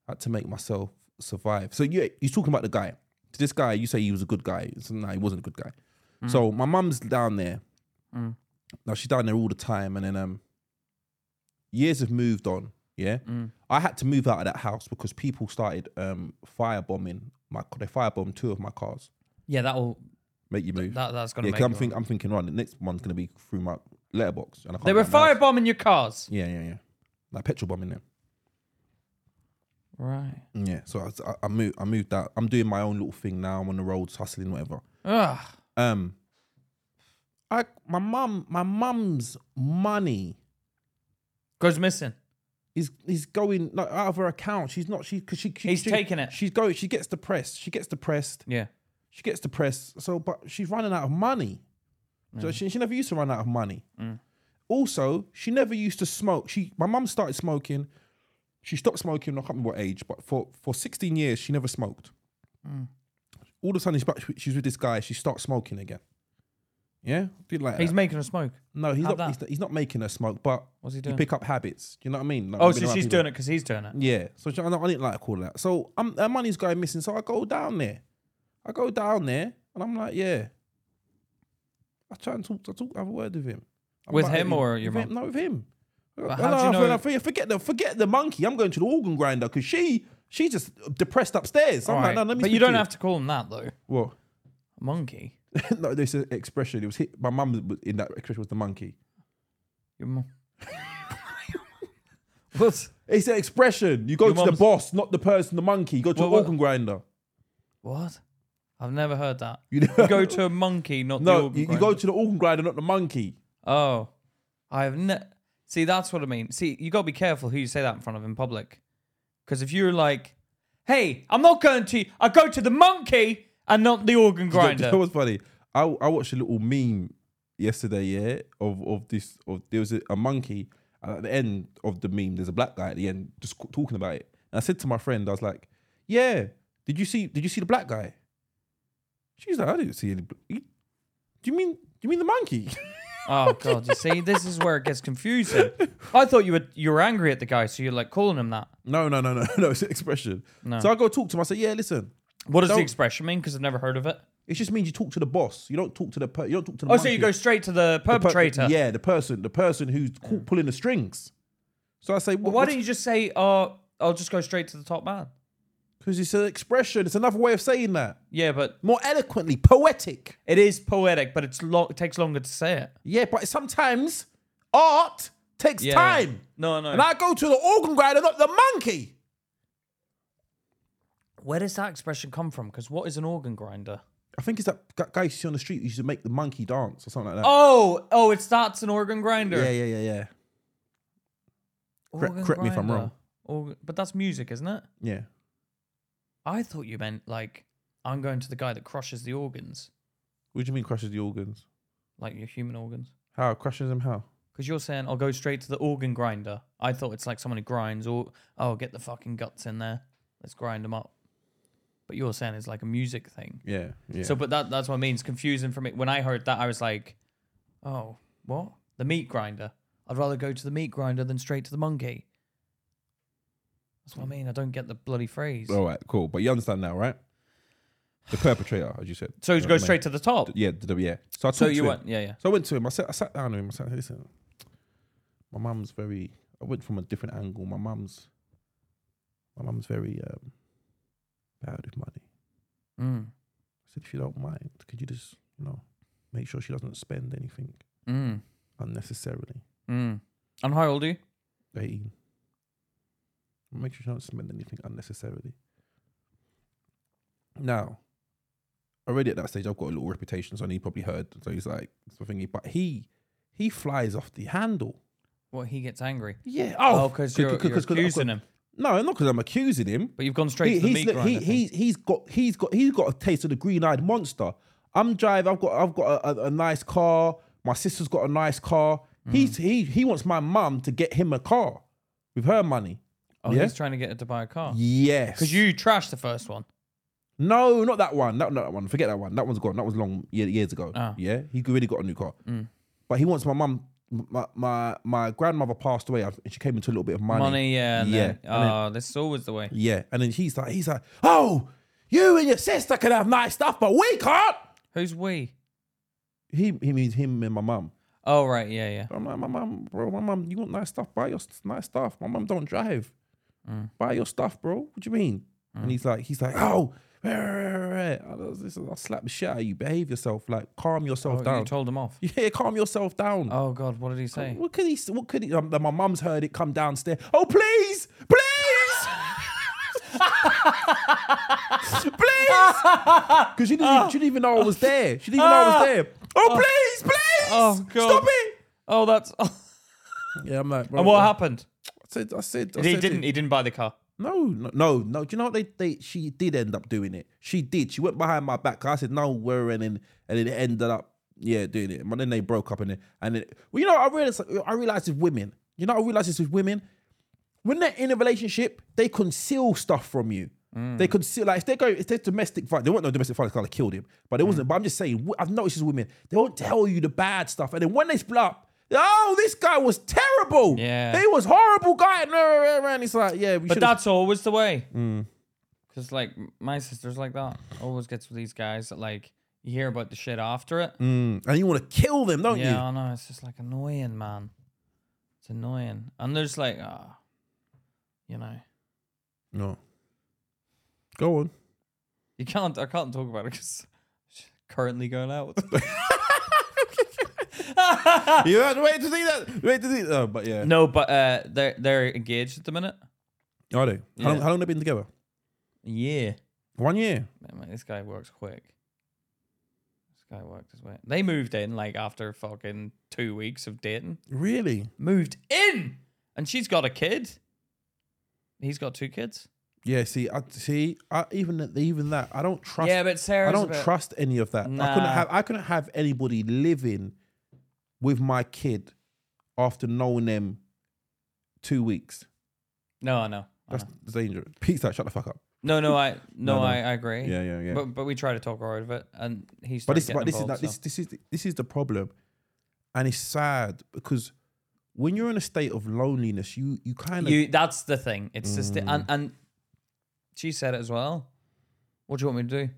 S1: I had to make myself survive. So yeah, you're talking about the guy. To this guy, you say he was a good guy. So, no, he wasn't a good guy. So my mum's down there.
S2: Mm.
S1: Now she's down there all the time, and then um, years have moved on. Yeah,
S2: Mm.
S1: I had to move out of that house because people started um firebombing my. They firebombed two of my cars.
S2: Yeah, that'll
S1: Make you move.
S2: that that's gonna
S1: Yeah,
S2: make.
S1: 'cause I'm,
S2: you-
S1: think, I'm thinking, right, the next one's going to be through my letterbox. And I can't
S2: they were
S1: get in the house.
S2: firebombing your cars.
S1: Yeah, yeah, yeah. Like petrol bombing them.
S2: Right.
S1: Yeah, so I, was- I, I, moved, I moved out. I'm doing my own little thing now. I'm on the roads, hustling, whatever.
S2: Ugh.
S1: Um, I my mum, my mum's money
S2: Goes missing.
S1: is is going like, out of her account. She's not. She because she, she
S2: He's
S1: she-
S2: taking it.
S1: She's going. She gets depressed. She gets depressed.
S2: Yeah.
S1: She gets depressed. So, but she's running out of money. So she, she never used to run out of money.
S2: Mm.
S1: Also, she never used to smoke. She my mum started smoking. She stopped smoking. I can't remember what age, but for for sixteen years she never smoked.
S2: Mm.
S1: All of a sudden she's back. She's with this guy. She starts smoking again. Yeah, did like
S2: He's
S1: that.
S2: making her smoke.
S1: no, he's
S2: have
S1: not,
S2: that.
S1: he's not. He's not making her smoke, but
S2: What's he
S1: you
S2: doing?
S1: pick up habits. Do you know what I mean? Like,
S2: oh,
S1: I've been
S2: so
S1: around
S2: she's
S1: people-
S2: doing it because he's doing it.
S1: yeah, so she- I, don't- I didn't like all that. So um, her money's going missing. So I go down there. I go down there, and I'm like, yeah. I try and talk. I talk. Have a word with him. I'm
S2: With
S1: like,
S2: him
S1: hey,
S2: or your
S1: with him- No, with him.
S2: But
S1: No,
S2: how do you
S1: no,
S2: know-
S1: no, forget- Forget the forget the monkey. I'm going to the organ grinder because she she's just depressed upstairs. I'm
S2: All
S1: like,
S2: right.
S1: no, let me.
S2: but you don't have to call him that though.
S1: What?
S2: Monkey.
S1: no, there's an expression. It was hit. My mum was- in that expression was the monkey.
S2: Your mum. what?
S1: It's an expression. You go
S2: Your
S1: to the
S2: mum's-
S1: boss, not the person, the monkey. You go to
S2: Well,
S1: the
S2: what-
S1: organ grinder.
S2: What? I've never heard that.
S1: You
S2: You go to a monkey, not the
S1: no.
S2: organ
S1: You, you go
S2: grinder.
S1: to the organ grinder, not the monkey.
S2: Oh, I've ne- see. That's what I mean. See, you gotta be careful who you say that in front of in public, because if you're like, "Hey, I'm not going to," I go to the monkey and not the organ grinder.
S1: That was funny. I I watched a little meme yesterday, yeah, of of this of there was a, a monkey and at the end of the meme there's a black guy at the end just c- talking about it. And I said to my friend, I was like, "Yeah, did you see did you see the black guy?" She's like, "I didn't see any." bl- you- Do you mean do you mean the monkey?
S2: oh god, you see, this is where it gets confusing. I thought you were you were angry at the guy, so you're like calling him that.
S1: no, no, no, no, no. It's an expression.
S2: No.
S1: So I go talk to him. I say, "Yeah, listen."
S2: What does
S1: Don't-
S2: the expression mean? Because I've never heard of it.
S1: It just means you talk to the boss. You don't talk to the per- you don't talk to the.
S2: Oh, so you
S1: monkey.
S2: go straight to the
S1: The per-
S2: perpetrator.
S1: yeah, the person, the person who's cau- pulling the strings. So I say,
S2: Well,
S1: "What-
S2: why
S1: what's-
S2: don't you just say, "Oh, I'll just go straight to the top man"?
S1: Because it's an expression. It's another way of saying that.
S2: Yeah, but
S1: More eloquently, poetic.
S2: it is poetic, but it's lo- it takes longer to say it.
S1: Yeah, but sometimes art takes
S2: Yeah.
S1: time.
S2: No, no.
S1: And I go to the organ grinder, not the monkey.
S2: Where does that expression come from? Because what is an organ grinder?
S1: I think it's that gu- guy you see on the street who used to make the monkey dance or something like that.
S2: Oh, oh, it's that's an organ grinder.
S1: yeah, yeah, yeah, yeah.
S2: Organ
S1: correct me if I'm
S2: grinder.
S1: wrong.
S2: Organ, but that's music, isn't it?
S1: Yeah.
S2: I thought you meant like I'm going to the guy that crushes the organs,
S1: What do you mean crushes the organs?
S2: like your human organs.
S1: How? Crushes them how?
S2: Because you're saying I'll go straight to the organ grinder. I thought it's like someone who grinds or oh, get the fucking guts in there. Let's grind them up. But you're saying it's like a music thing.
S1: Yeah, yeah.
S2: So, but that that's what I mean. It's confusing for me. When I heard that, I was like, oh, what? The meat grinder. I'd rather go to the meat grinder than straight to the monkey. That's what I mean. I don't get the bloody phrase.
S1: All right, cool. But you understand now, right? The perpetrator, as you said.
S2: so
S1: You
S2: you
S1: know
S2: go
S1: what I mean?
S2: straight to the top.
S1: Yeah, the- yeah. Oh. So I
S2: So
S1: talked to
S2: you
S1: him.
S2: went, yeah, yeah.
S1: So I went to him. I sat, I sat down with him. I said, listen, my mum's very. I went from a different angle. My mum's, my mum's very um, bad with money. I
S2: Mm,
S1: said, if you don't mind, could you just, you know, make sure she doesn't spend anything
S2: mm,
S1: unnecessarily?
S2: mm. And how old are you?
S1: Eighteen. Make sure she doesn't spend anything unnecessarily. Now, already at that stage, I've got a little reputation, so he probably heard. So he's like, so thingy, but he, he flies off the handle.
S2: Well, he gets angry.
S1: Yeah.
S2: Oh, because you're, you're
S1: I've
S2: accusing
S1: got-
S2: him.
S1: No, not because I'm accusing him.
S2: But you've gone straight
S1: He,
S2: to the
S1: he's,
S2: meat
S1: li-
S2: grinder.
S1: he, he's,
S2: thing.
S1: he's got he's got he's got a taste of the green-eyed monster. I'm drive. I've got I've got a, a, a nice car. My sister's got a nice car.
S2: Hmm.
S1: He's he he wants my mum to get him a car with her money.
S2: oh,
S1: yeah?
S2: he's trying to get her to buy a car.
S1: Yes.
S2: Because you trashed the first one.
S1: No, not that one. That not that one. Forget that one. That one's gone. That was long ye- years ago.
S2: Ah.
S1: Yeah, he really got a new car. But he wants my mum. My, my my grandmother passed away, and she came into a little bit of money.
S2: Money, yeah. And
S1: yeah.
S2: Then,
S1: and then-
S2: oh, that's always the way.
S1: yeah, and then he's like, he's like, oh, you and your sister can have nice stuff, but we can't.
S2: Who's we?
S1: He he means him and my mum.
S2: Oh, right. Yeah, yeah.
S1: I'm like, my mum, bro, my mum, you want nice stuff? Buy your s- nice stuff. My mum don't drive.
S2: Mm.
S1: Buy your stuff, bro. What do you mean? And he's like, he's like, oh, eh, eh, eh, eh." I was- this is- I'll slap the shit out of you. Behave yourself. Like, calm yourself
S2: Oh, you
S1: down.
S2: told him off.
S1: yeah, calm yourself down.
S2: Oh, God. What did he say?
S1: What could he? s- What could he? Um, my mum's heard it come downstairs. Oh, please, please, please, because she didn't. She didn't even know I was there. She didn't even know I was there. Oh, please, please,
S2: Ah. Oh, God.
S1: stop it.
S2: Oh, that's.
S1: Yeah, I'm like, bro,
S2: and what happened?
S1: I said, I said, I
S2: He
S1: said
S2: didn't.
S1: it.
S2: He didn't buy the car.
S1: No, no, no, no. Do you know what they, they? She did end up doing it. She did. She went behind my back. I said no, we're in, and and it ended up yeah doing it. But then they broke up, and then and then well, you know, what I realized I realized with women. You know, what I realized this with women. When they're in a relationship, they conceal stuff from you.
S2: Mm.
S1: They conceal like if they go if they're domestic violence. They weren't no domestic violence. Kind of killed him, but
S2: Mm.
S1: it wasn't. But I'm just saying, w- I've noticed with women, they won't tell you the bad stuff, and then when they split up. Oh, this guy was terrible.
S2: Yeah.
S1: he was horrible guy. And it's like, yeah, we
S2: But
S1: should've- Mm.
S2: that's always the way. Because, like, my sister's like that. Always gets with these guys that, like, you hear about the shit after it.
S1: and you want to kill them, Mm. don't
S2: Yeah,
S1: you?
S2: I know. It's just, like, annoying, man. It's annoying. And there's, like, ah, you know,
S1: No. Go on.
S2: you can't, I can't talk about it because currently going out.
S1: You had to wait to see that. Wait to see that. Oh, but yeah.
S2: no, but uh, they're, they're engaged at the minute.
S1: Are they? How, long,
S2: Yeah.
S1: how long they been together?
S2: Yeah.
S1: One year.
S2: Man, mate, this guy works quick. This guy worked his way. They moved in like after fucking two weeks of dating.
S1: Really?
S2: Moved in, and she's got a kid. He's got two kids.
S1: Yeah. See, I see. I, even even that, I don't trust.
S2: yeah, but Sarah.
S1: I don't trust any of that. I couldn't
S2: Nah.
S1: have. I couldn't have anybody living with my kid after knowing them two weeks.
S2: No, I know. I
S1: That's
S2: know.
S1: dangerous. Pizza, shut the fuck up.
S2: No, no, I no,
S1: No, no.
S2: I, I agree.
S1: Yeah, yeah, yeah.
S2: But but we try to talk her out of it, and he's.
S1: But this, but this is
S2: involved,
S1: like, this,
S2: so-
S1: this is this is the problem, and it's sad because when you're in a state of loneliness, you you kind of
S2: You. That's the thing. It's just the,
S1: Mm.
S2: and and she said it as well. What do you want me to do? Do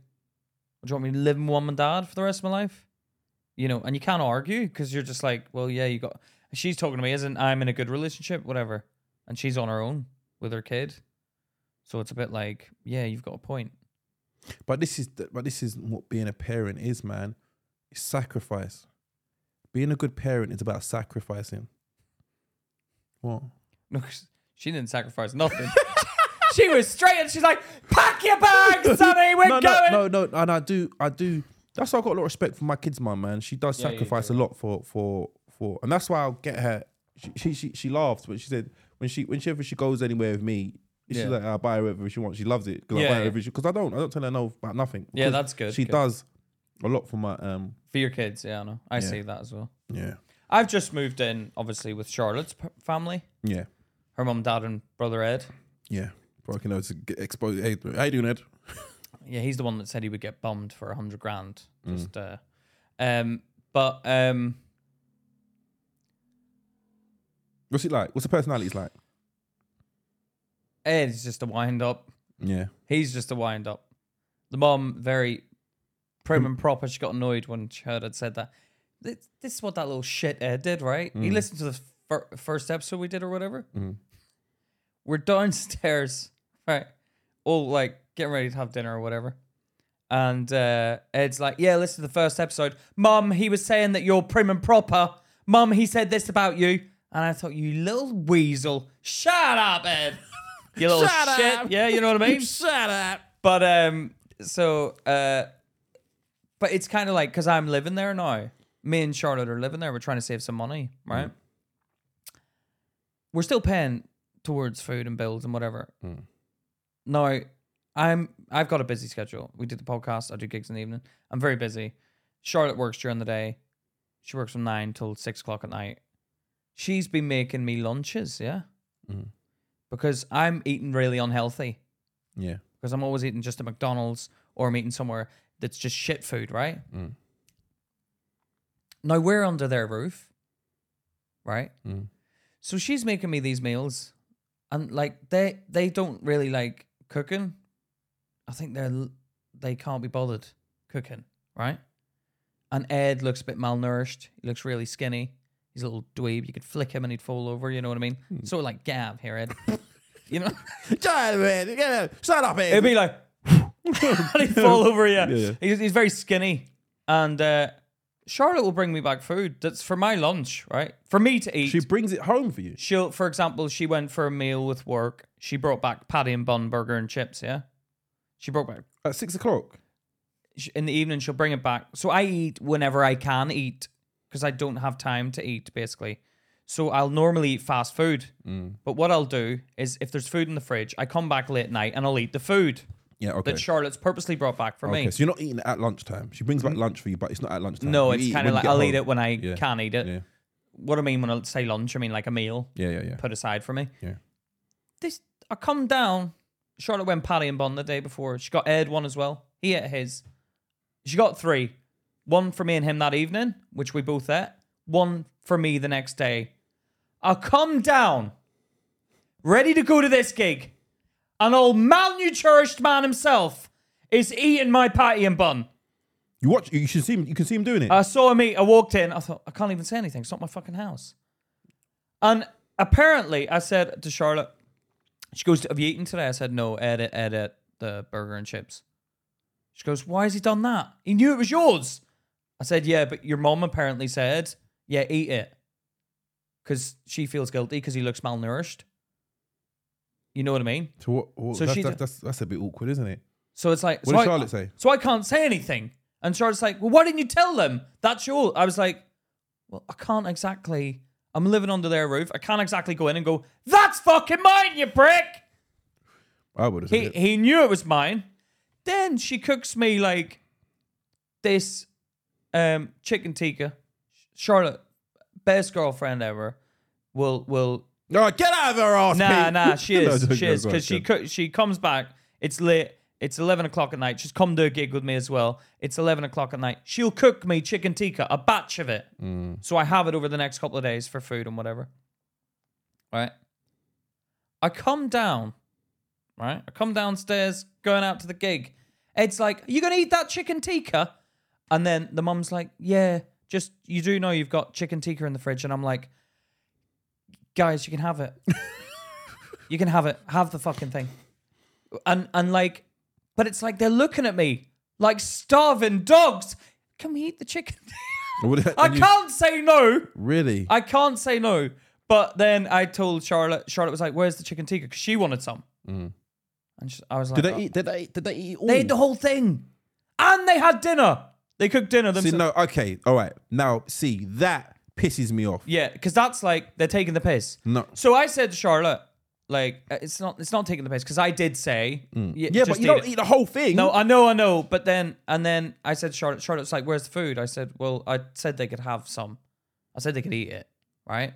S2: you want me to live with mum and dad for the rest of my life? You know, and you can't argue because you're just like, well, yeah, you got. She's talking to me, isn't I'm in a good relationship, whatever, and she's on her own with her kid, so it's a bit like, yeah, you've got a point.
S1: But this is the, but this is what being a parent is, man. It's sacrifice. Being a good parent is about sacrificing. What?
S2: No, 'cause she didn't sacrifice nothing. she was straight, and she's like, pack your bags, Sonny, we're
S1: no,
S2: going.
S1: no, no, no, and I do, I do. That's why I got a lot of respect for my kids, mum, man. She does
S2: Yeah, you
S1: sacrifice
S2: do.
S1: a lot for, for, for, and that's why I'll get her. She, she, she, she laughs, but she said when she, whenever she goes anywhere with me, she's
S2: Yeah.
S1: like, I buy her whatever she wants. She loves it because
S2: Yeah,
S1: I buy
S2: yeah.
S1: her everything. Because I don't, I don't tell her no about nothing.
S2: Yeah,
S1: Because
S2: that's good,
S1: She
S2: good.
S1: does a lot for my, um,
S2: For your kids, yeah, I know. I see that as well.
S1: yeah,
S2: I've just moved in, obviously, with Charlotte's p- family,
S1: yeah,
S2: her mum, dad, and brother Ed.
S1: yeah. Bro, I can know to get exposed. Hey, how you doing, Ed?
S2: Yeah, he's the one that said he would get bummed for a hundred grand. Just, uh, um, but um,
S1: What's it like? What's the personalities like?
S2: Ed's just a wind up.
S1: Yeah,
S2: He's just a wind up. The mum, very
S1: Mm.
S2: prim and proper. She got annoyed when she heard I'd said that. This, this is what that little shit Ed did, right?
S1: Mm.
S2: He listened to the fir- first episode we did or whatever. We're downstairs, right? All like getting ready to have dinner or whatever. And uh, Ed's like, yeah, listen to the first episode. Mum, he was saying that you're prim and proper. Mum, he said this about you. And I thought, you little weasel. Shut up, Ed. You little
S1: Shut
S2: shit.
S1: up.
S2: Yeah, you know what I mean?
S1: shut up.
S2: But um, so uh, but it's kind of like because I'm living there now. Me and Charlotte are living there. We're trying to save some money, right? We're still paying towards food and bills and whatever. Now, I'm I've got a busy schedule. We did the podcast. I do gigs in the evening. I'm very busy. Charlotte works during the day. She works from nine till six o'clock at night. She's been making me lunches, yeah, because I'm eating really unhealthy
S1: Yeah,
S2: because I'm always eating just at Mm. McDonald's or I'm eating somewhere that's just shit food, right? Now we're under their roof, right?
S1: Mm.
S2: So she's making me these meals, and like they they don't really like cooking. I think they're l- they can't be bothered cooking, right? And Ed looks a bit malnourished. He looks really skinny. He's a little dweeb. You could flick him and he'd fall over. You know what I mean? Sort of like Gav here, Ed. you know.
S1: Shut up, man. Get out. Shut up, man.
S2: It'd be like, and he'd fall over. Yeah,
S1: yeah.
S2: He's, he's very skinny. And uh, Charlotte will bring me back food that's for my lunch, right? For me to eat.
S1: She brings it home for you.
S2: She'll, for example, she went for a meal with work. She brought back patty and bun, burger and chips. Yeah, she brought back
S1: At six o'clock.
S2: sh- in the evening she'll bring it back. So I eat whenever I can eat because I don't have time to eat basically. So I'll normally eat fast food.
S1: Mm.
S2: But what I'll do is if there's food in the fridge, I come back late night and I'll eat the food
S1: Yeah, okay.
S2: that Charlotte's purposely brought back for
S1: okay.
S2: me.
S1: So you're not eating it at lunchtime. She brings back lunch for you, but it's not at lunchtime.
S2: Hmm? no,
S1: You
S2: it's
S1: eat
S2: kind
S1: when
S2: of
S1: you
S2: like
S1: get
S2: I'll
S1: home.
S2: eat it when I
S1: Yeah.
S2: can eat it.
S1: Yeah.
S2: What I mean when I say lunch, I mean like a meal
S1: Yeah, yeah, yeah.
S2: put aside for me.
S1: Yeah.
S2: This I come down. Charlotte went patty and bun the day before. She got Ed one as well. He ate his. She got three. One for me and him that evening, which we both ate. One for me the next day. I come down, ready to go to this gig. An old malnourished man himself is eating my patty and bun.
S1: You watch. You should see him. You can see him doing it.
S2: I saw him eat. I walked in. I thought, I can't even say anything. It's not my fucking house. And apparently, I said to Charlotte, she goes, Have you eaten today? I said, No, edit, edit the burger and chips. She goes, Why has he done that? He knew it was yours. I said, Yeah, but your mom apparently said, Yeah, eat it. Because she feels guilty because he looks malnourished. You know what I mean?
S1: so what? what
S2: So
S1: that's,
S2: she
S1: that's,
S2: d-
S1: that's, that's a bit awkward, isn't it?
S2: So it's like,
S1: What
S2: so
S1: did
S2: I-
S1: Charlotte say?
S2: So I can't say anything. And Charlotte's like, well, why didn't you tell them? That's your. I was like, well, I can't exactly. I'm living under their roof. I can't exactly go in and go, that's fucking mine, you prick.
S1: I would have said
S2: He,
S1: it.
S2: he knew it was mine. Then she cooks me like this um, chicken tikka. Charlotte, best girlfriend ever, will will
S1: No, get out of her ass.
S2: Nah,
S1: Pete.
S2: nah, she
S1: No,
S2: is.
S1: don't
S2: she
S1: go,
S2: is
S1: go,
S2: because she
S1: go.
S2: co- she comes back. It's late. It's eleven o'clock at night. She's come to a gig with me as well. It's eleven o'clock at night. She'll cook me chicken tikka, a batch of it,
S1: Mm.
S2: so I have it over the next couple of days for food and whatever. Right. I come down. Right. I come downstairs, going out to the gig. Ed's like, "Are you gonna eat that chicken tikka?" And then the mum's like, "Yeah, just you do know you've got chicken tikka in the fridge." And I'm like, "Guys, you can have it." You can have it. Have the fucking thing. And and like, but it's like they're looking at me like starving dogs. Can we eat the chicken?
S1: I would've-
S2: I
S1: and you-
S2: can't say no.
S1: Really?
S2: I can't say no. But then I told Charlotte. Charlotte was like, "Where's the chicken tikka?" Because she wanted some. And she, I was like,
S1: Mm. did
S2: "Oh."
S1: they eat? Did they? Did they eat it all?
S2: They ate the whole thing, and they had dinner. They cooked dinner
S1: See,
S2: themselves.
S1: no. Okay. All right. Now, see that pisses me off.
S2: Yeah, because that's like they're taking the piss.
S1: No.
S2: So I said to Charlotte, like, uh, it's not it's not taking the piss because I did say, yeah,
S1: Mm. Yeah,
S2: just
S1: but you don't
S2: it."
S1: eat the whole thing.
S2: No, I know, I know. But then, and then I said, to Charlotte, Charlotte's like, where's the food? I said, well, I said they could have some. I said they could eat it, right?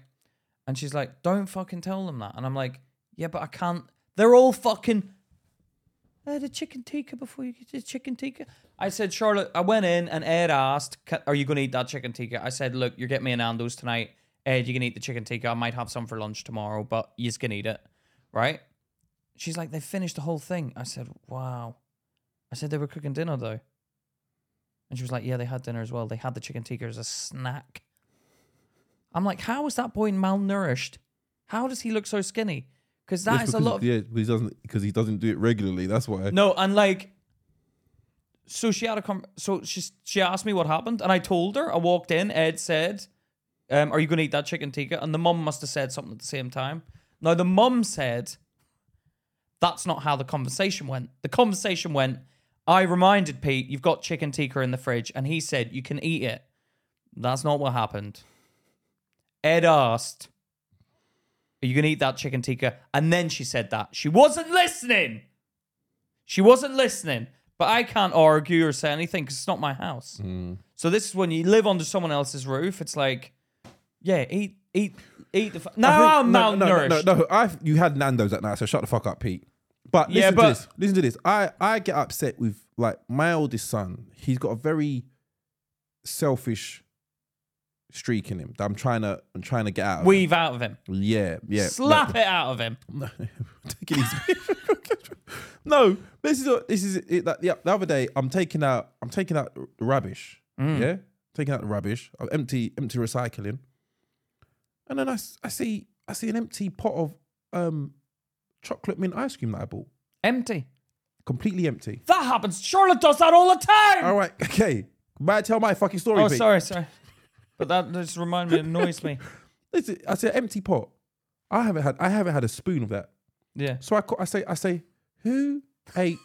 S2: And she's like, don't fucking tell them that. And I'm like, yeah, but I can't. They're all fucking. I had a chicken tikka before you get the chicken tikka. I said, Charlotte, I went in and Ed asked, "Ca- are you going to eat that chicken tikka? I said, look, you're getting me an Nando's tonight. Ed, you can eat the chicken tikka. I might have some for lunch tomorrow, but you can eat it, right? She's like, they finished the whole thing. I said, wow. I said they were cooking dinner though. And she was like, Yeah, they had dinner as well. They had the chicken tikka as a snack. I'm like, How is that boy malnourished? How does he look so skinny? Because that
S1: It's
S2: is a
S1: because-
S2: lot of.
S1: Yeah, because he doesn't because he doesn't do it regularly. That's why.
S2: No, and like, so she had a con- so she she asked me what happened, and I told her. I walked in. Ed said, um, "Are you going to eat that chicken tikka?" And the mum must have said something at the same time. Now the mum said, "That's not how the conversation went. The conversation went." I reminded Pete, "You've got chicken tikka in the fridge," and he said, "You can eat it." That's not what happened. Ed asked, "Are you going to eat that chicken tikka?" And then she said that she wasn't listening. She wasn't listening, but I can't argue or say anything because it's not my house.
S1: Mm.
S2: So this is when you live under someone else's roof. It's like, yeah, eat, eat, eat the. F-
S1: I
S2: now
S1: think-
S2: I'm
S1: no,
S2: malnourished.
S1: No, no, no, I you had Nando's that night, so shut the fuck up, Pete. But listen
S2: Yeah,
S1: to
S2: but-
S1: this. Listen to this. I I get upset with like my oldest son. He's got a very selfish streak in him that I'm trying to I'm trying to get out. Of him.
S2: Weave out of him.
S1: yeah, yeah.
S2: Slap it out of him.
S1: Take it easy. no, this is what- this is it. Like, yeah, the other day, I'm taking out I'm taking out r- rubbish.
S2: Mm.
S1: Yeah, taking out the rubbish. I'm empty empty recycling, and then I, s- I see I see an empty pot of um chocolate mint ice cream that I bought,
S2: Empty.
S1: completely empty.
S2: That happens. Charlotte does that all the time.
S1: All right, okay. May I tell my fucking story?
S2: oh,
S1: Pete?
S2: sorry, sorry. But that just reminded me, annoys me.
S1: Listen, I said empty pot. I haven't had I haven't had a spoon of that.
S2: Yeah.
S1: So I, ca- I say, I say, who ate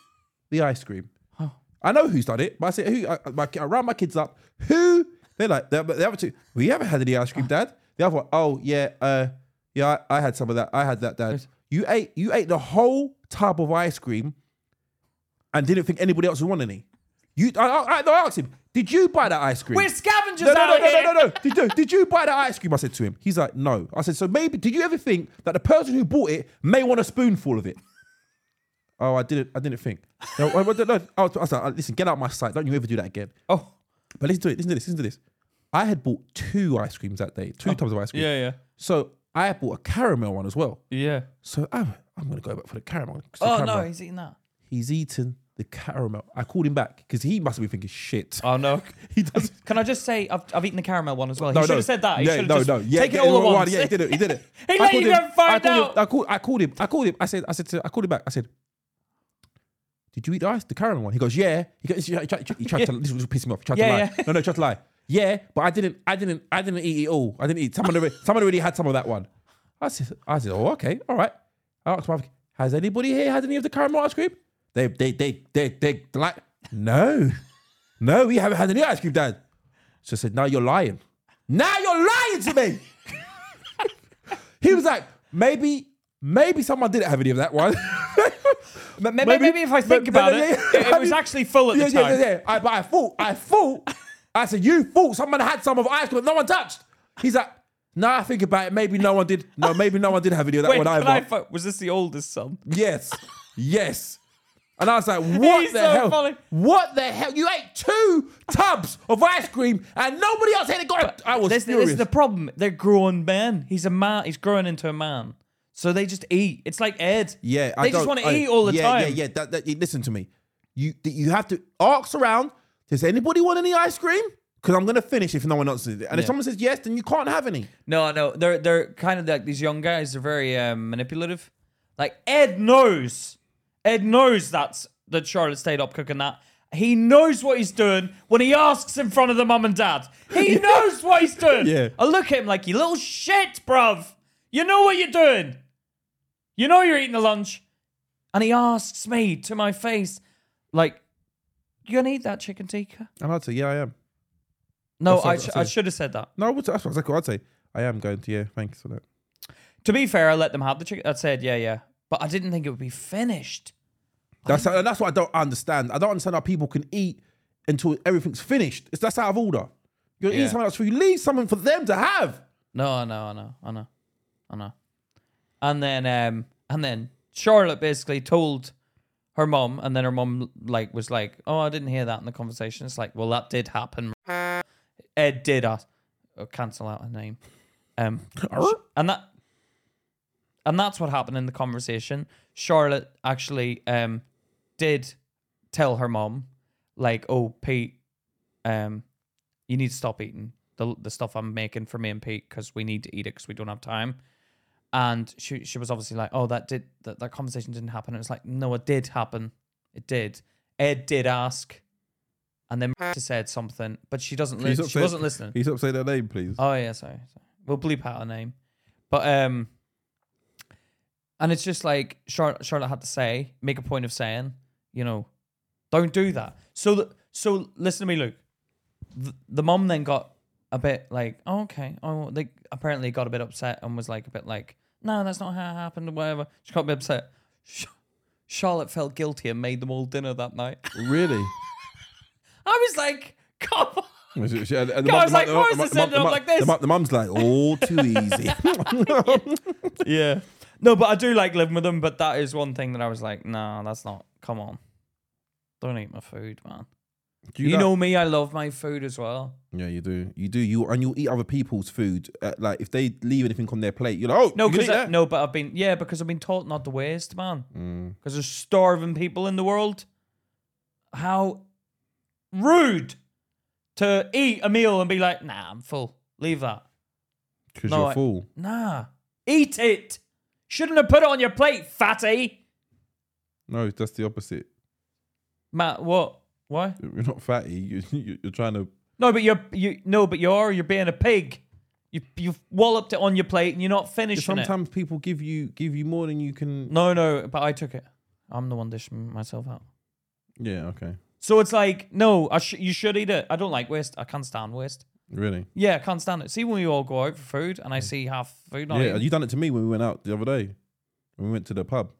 S1: the ice cream? I know who's done it, but I say, who? I, I- my, ki- I round my kids up. Who? They're like, the the other two, we haven't had any ice cream, Dad. The other one, oh yeah, uh, yeah, I, I had some of that. I had that, Dad.
S2: Yes.
S1: You ate, you ate the whole tub of ice cream, and didn't think anybody else would want any. You, I, I, I no, I asked him, did you buy that ice cream?
S2: We're scavengers
S1: no, no,
S2: out
S1: no, no,
S2: here.
S1: no, no, no. Did you, did you buy that ice cream? I said to him. He's like, no. I said, so maybe, did you ever think that the person who bought it may want a spoonful of it? Oh, I didn't, I didn't think. No, I, I, no, I was, I was like, uh, listen, get out of my sight. Don't you ever do that again.
S2: Oh,
S1: But listen to it, listen to this, listen to this. I had bought two ice creams that day, two tubs of ice cream.
S2: Oh, yeah, yeah.
S1: So I bought a caramel one as well.
S2: Yeah.
S1: So I'm, I'm going to go back for the caramel. 'cause the
S2: Oh,
S1: caramel-
S2: no, he's eating that.
S1: He's eaten the caramel. I called him back because he must have been thinking, shit.
S2: Oh, no.
S1: He doesn't.
S2: Can I just say, I've, I've eaten the caramel one as well. He should have said that. He
S1: no,
S2: should have
S1: no,
S2: just
S1: no. Yeah,
S2: taken
S1: yeah,
S2: it all at
S1: one,
S2: once.
S1: Yeah, he did it. He did it.
S2: He
S1: I
S2: let
S1: called
S2: you
S1: him-
S2: go and find
S1: I called
S2: out.
S1: Him, I called. I called him. I called him. I said. I said. To, I called him back. I said, "Did you eat the ice, the caramel one?" He goes, "Yeah." He goes, "He tried, he tried to. This was pissing me off. He tried
S2: Yeah,
S1: to lie.
S2: yeah.
S1: No, no, he tried to lie. Yeah, but I didn't. I didn't. I didn't eat it all. I didn't eat. Someone already. Someone already had some of that one. I said. I said, "Oh, okay, all right." I asked my wife, "Has anybody here had any of the caramel ice cream?" They, they, they, they, they, like, no, no, we haven't had any ice cream, Dad. So I said, now you're lying. Now you're lying to me. he was like, maybe, maybe someone didn't have any of that one.
S2: But maybe, maybe, if I think about
S1: yeah,
S2: it,
S1: yeah, yeah.
S2: it was actually full at
S1: yeah,
S2: the
S1: yeah,
S2: time.
S1: yeah, yeah. I, but I thought, I thought, I said, you thought someone had some of ice cream that no one touched. He's like, now I think about it, maybe no one did. No, maybe no one did have any of that
S2: Wait,
S1: one
S2: can
S1: either.
S2: I fo- was this the oldest son?
S1: Yes. Yes. And I was like, what
S2: He's
S1: the
S2: so
S1: hell?
S2: funny.
S1: What the hell? You ate two tubs of ice cream and nobody else had it. Got I was
S2: This, this
S1: furious.
S2: is the problem. They're grown men. He's a man. He's growing into a man. So they just eat. It's like Ed.
S1: yeah,
S2: they just
S1: don't-
S2: want to
S1: I-
S2: eat all the
S1: yeah,
S2: time.
S1: Yeah, yeah, That, that, you- listen to me. You that you have to ask around. Does anybody want any ice cream? Because I'm gonna finish if no one else does it. And if
S2: Yeah.
S1: someone says yes, then you can't have any.
S2: No, no, they're they're kind of like these young guys. They're very um, manipulative. Like Ed knows, Ed knows that's that Charlotte stayed up cooking that. He knows what he's doing when he asks in front of the mum and dad. He knows what he's doing.
S1: Yeah.
S2: I look at him like you little shit, bruv. You know what you're doing. You know you're eating the lunch, and he asks me to my face, like, "You gonna eat that chicken tikka?"
S1: And I'd say, yeah, I am.
S2: No,
S1: That's what
S2: I,
S1: I
S2: sh- I
S1: said.
S2: should have said that.
S1: No, I would- that's exactly what I'd say. I am going to. Yeah, thanks for that.
S2: To be fair, I let them have the chicken. I said, yeah, yeah. But I didn't think it would be finished.
S1: That's and that's what I don't understand. I don't understand how people can eat until everything's finished. It's that's out of order. You're gonna
S2: Yeah.
S1: eat something else for you. Leave something for them to have.
S2: No, I know, I know, I know, I know. And then, um, and then Charlotte basically told her mum, and then her mum like was like, "Oh, I didn't hear that in the conversation." It's like, well, that did happen. Ed did ask. Oh, cancel out a name. Um, and that, and that's what happened in the conversation. Charlotte actually um did tell her mum, like, "Oh, Pete, um, you need to stop eating the, the stuff I'm making for me and Pete because we need to eat it because we don't have time. And she she was obviously like, oh, that did that, that conversation didn't happen. And it's like, no, it did happen. It did. Ed did ask, and then she said something, but she doesn't. Li- she wasn't listening.
S1: Can you stop saying that name, please?
S2: Oh yeah, sorry, sorry. We'll bleep out her name, but um, and it's just like Charlotte, Charlotte had to say, make a point of saying, you know, don't do that. So th- so listen to me, Luke. The, the mom then got a bit like, oh, okay, oh, they apparently got a bit upset and was like a bit like, no, that's not how it happened or whatever. She got a bit upset. Sh- Charlotte felt guilty and made them all dinner that night.
S1: Really?
S2: I was like, come on.
S1: Was it- she- and the
S2: I
S1: mum-
S2: was like,
S1: the mum-
S2: why is
S1: the
S2: this
S1: mum-
S2: ending
S1: the
S2: up
S1: mum-
S2: like this?
S1: the mum- The mum's like, all too easy.
S2: yeah. No, but I do like living with them. But that is one thing that I was like, nah, that's not. Come on, don't eat my food, man.
S1: Do
S2: You,
S1: like-
S2: know me, I love my food as well.
S1: Yeah, you do. You do. You and you'll eat other people's food. Uh, like if they leave anything on their plate, you're like, oh,
S2: No,
S1: you can
S2: because
S1: eat that.
S2: no, but I've been yeah, because I've been taught not to waste, man. Because there's starving people in the world. How rude to eat a meal and be like, nah, I'm full. Leave that.
S1: 'Cause
S2: No,
S1: you're
S2: I-
S1: a fool.
S2: Nah, eat it. Shouldn't have put it on your plate, fatty.
S1: No, that's the opposite.
S2: Matt, what? Why?
S1: You're not fatty. You, you, you're trying to.
S2: No, but you're you no, but you are. You're being a pig. You you've walloped it on your plate and you're not finishing it.
S1: Sometimes people give you give you more than you can.
S2: No, no, but I took it. I'm the one dishing myself out.
S1: Yeah. Okay.
S2: So it's like, no, I sh- you should eat it. I don't like waste. I can't stand waste.
S1: Really.
S2: Yeah, I can't stand it. See when we all go out for food and I see half food. Not
S1: Mm. Oh, yeah.
S2: eaten.
S1: You done it to me when we went out the other day. When we went to the pub.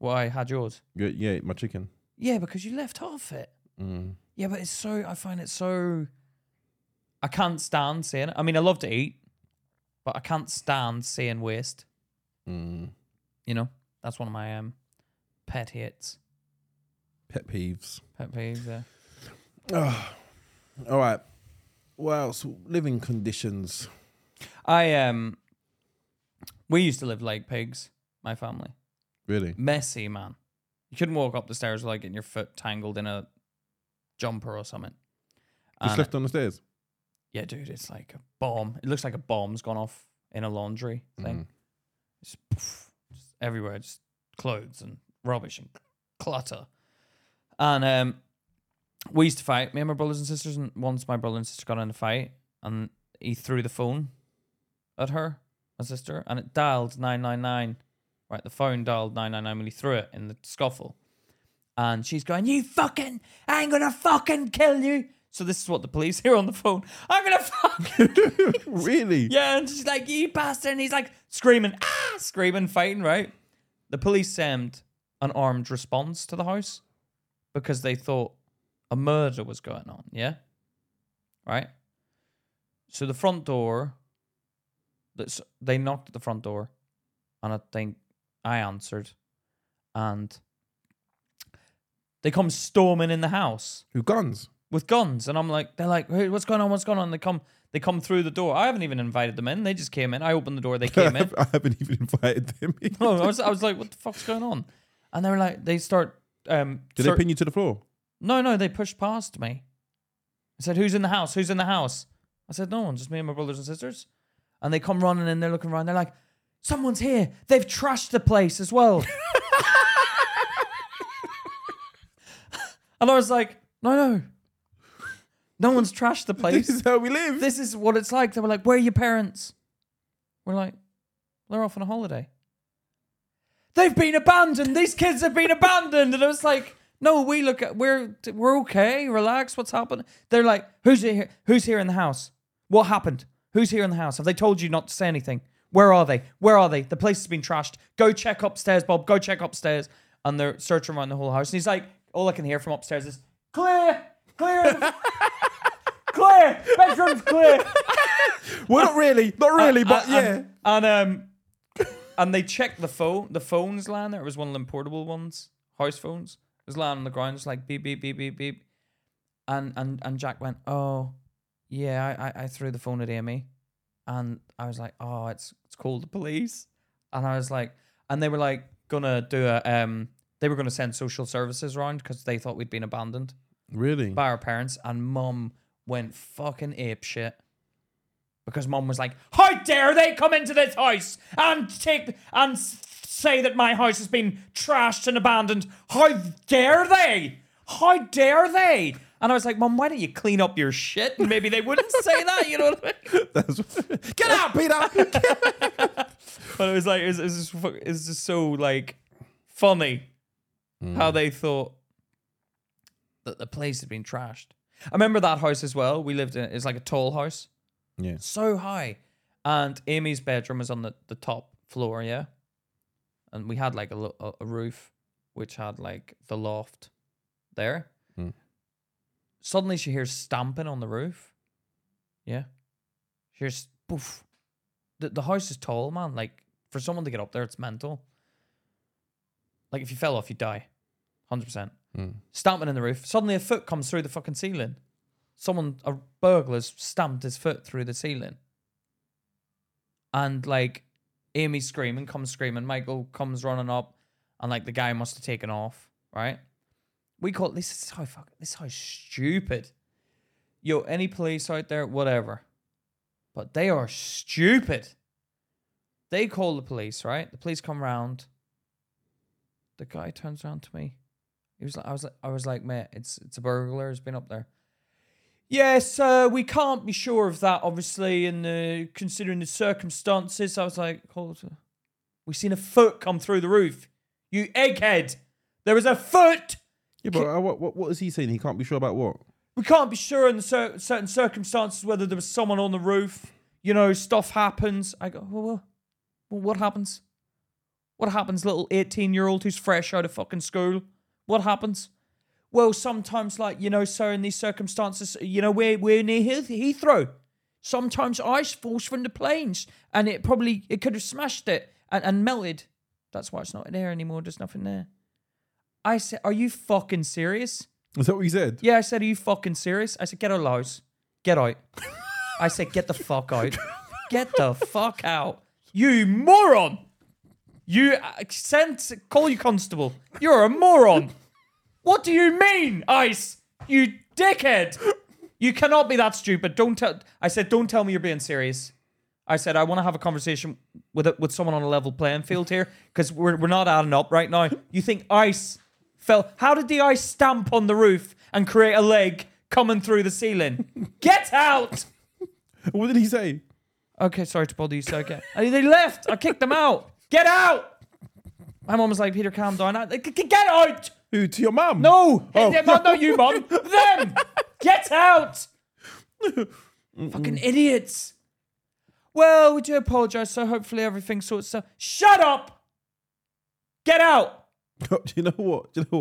S2: well, I had yours.
S1: Yeah. yeah my chicken.
S2: Yeah, because you left half it.
S1: Mm.
S2: Yeah, but it's so. I find it so. I can't stand seeing it. I mean, I love to eat, but I can't stand seeing waste.
S1: Mm.
S2: You know, that's one of my um, pet hits,
S1: Pet peeves.
S2: pet peeves. Yeah.
S1: All right. What else? Living conditions.
S2: I um, we used to live like pigs. My family.
S1: Really.
S2: messy, man. You couldn't walk up the stairs without getting your foot tangled in a jumper or something.
S1: Just
S2: And-
S1: left on the stairs.
S2: yeah, dude, it's like a bomb. It looks like a bomb's gone off in a laundry thing. Just, poof, just everywhere, just clothes and rubbish and clutter. And um, we used to fight, me and my brothers and sisters. And once my brother and sister got in a fight, and he threw the phone at her, my sister, and it dialed 999. Right, the phone dialed 999 when he threw it in the scuffle. And she's going, You fucking, I'm gonna fucking kill you. So this is what the police hear on the phone. I'm gonna fucking
S1: really.
S2: yeah, and she's like, you bastard. And he's like screaming, ah, screaming, fighting, right? The police sent an armed response to the house because they thought a murder was going on, yeah? Right? So the front door, that's- they knocked at the front door, and I think I answered, and they come storming in the house
S1: Who guns?
S2: with guns, and I'm like, they're like, hey, what's going on? What's going on? And they come, they come through the door. I haven't even invited them in. They just came in. I opened the door. They came in.
S1: I haven't even invited them. in.
S2: No, I was, I was like, what the fuck's going on? And they were like, they start. Um,
S1: Did
S2: start-
S1: they pin you to the floor?
S2: no, no, they pushed past me. I said, who's in the house? Who's in the house? I said, no one, just me and my brothers and sisters. And they come running in. They're looking around. They're like, someone's here. They've trashed the place as well. and I was like, no, no. No one's trashed the place
S1: This is how we live.
S2: this is what it's like. They were like, Where are your parents? We're like, They're off on a holiday. They've been abandoned. These kids have been abandoned. And I was like, No, we look at we're we're okay, relax, what's happened? They're like, Who's here who's here in the house? What happened? Who's here in the house? Have they told you not to say anything? Where are they? Where are they? The place has been trashed. Go check upstairs, Bob. Go check upstairs. And they're searching around the whole house. And he's like, all I can hear from upstairs is, clear, clear, clear, bedroom's clear.
S1: Well, uh, not really, not really, but
S2: And-
S1: yeah.
S2: Uh, and- And, um, and they checked the phone. The phone's lying there. It was one of them portable ones, house phones. It was lying on the ground, just like beep beep beep beep beep. And and and Jack went, oh, yeah, I I, I threw the phone at Amy, and I was like, oh, it's it's called the police. And I was like, and they were like gonna do a um, they were gonna send social services around because they thought we'd been abandoned
S1: really?
S2: by our parents, and mum went fucking ape shit because mum was like, "How dare they come into this house and take and s- say that my house has been trashed and abandoned? How dare they? How dare they?" And I was like, "Mum, why don't you clean up your shit? And maybe they wouldn't say that, you know what I mean?"
S1: That's, get out, Peter.
S2: But it was like, it's, it's, just, fu- it's just so like funny how they thought that the place had been trashed. I remember that house as well. We lived in it's like a tall house,
S1: yeah.
S2: so high, and Amy's bedroom was on the, the top floor, yeah, and we had like a, lo- a, a roof which had like the loft there.
S1: Mm.
S2: Suddenly, she hears stamping on the roof. Yeah, she hears poof. The the house is tall, man. Like for someone to get up there, it's mental. Like if you fell off, you die, hundred percent. stamping in the roof. Suddenly, a foot comes through the fucking ceiling. Someone, a burglar's stamped his foot through the ceiling. And like, Amy screaming, comes screaming. Michael comes running up, and like the guy must have taken off, right? We call this is how fuck this is how stupid. Yo, any police out there, whatever. But they are stupid. They call the police, right? The police come round. The guy turns around to me. He was like, I was like, I was like, mate, it's it's a burglar. Has been up there. Yes, uh, we can't be sure of that, obviously, and uh, considering the circumstances. I was like, hold on. we seen a foot come through the roof. You egghead! There was a foot.
S1: Yeah, but uh, what, what, what is he saying? He can't be sure about what?
S2: We can't be sure in cer- certain circumstances whether there was someone on the roof. You know, stuff happens. I go, well, well, well what happens? What happens, little 18 year old who's fresh out of fucking school? What happens? Well, sometimes, like, you know, sir, in these circumstances, you know, we're, we're near Heath- Heathrow. Sometimes ice falls from the planes and it probably, it could have smashed it and, and melted. That's why it's not there anymore. There's nothing there. I said, are you fucking serious?
S1: Is that what he said?
S2: Yeah, I said, Are you fucking serious? I said, Get out, Lowe's. Get out. I said, Get the fuck out. Get the fuck out. You moron. You uh, sent, call your constable. You're a moron. What do you mean, Ice? You dickhead. You cannot be that stupid. Don't tell. I said, Don't tell me you're being serious. I said, I want to have a conversation with a, with someone on a level playing field here because we're, we're not adding up right now. You think ice fell? How did the ice stamp on the roof and create a leg coming through the ceiling? Get out!
S1: What did he say?
S2: Okay, sorry to bother you, so okay. And they left. I kicked them out. Get out! My mom was like, Peter, calm down. I, "G- g- get out!
S1: Who? To your mum?
S2: No! Oh. Hey, Mum, not you, mom. Them! Get out! Fucking idiots. Well, we do apologize, so hopefully everything sorts out. Shut up! Get out!
S1: Do you know what? Do you know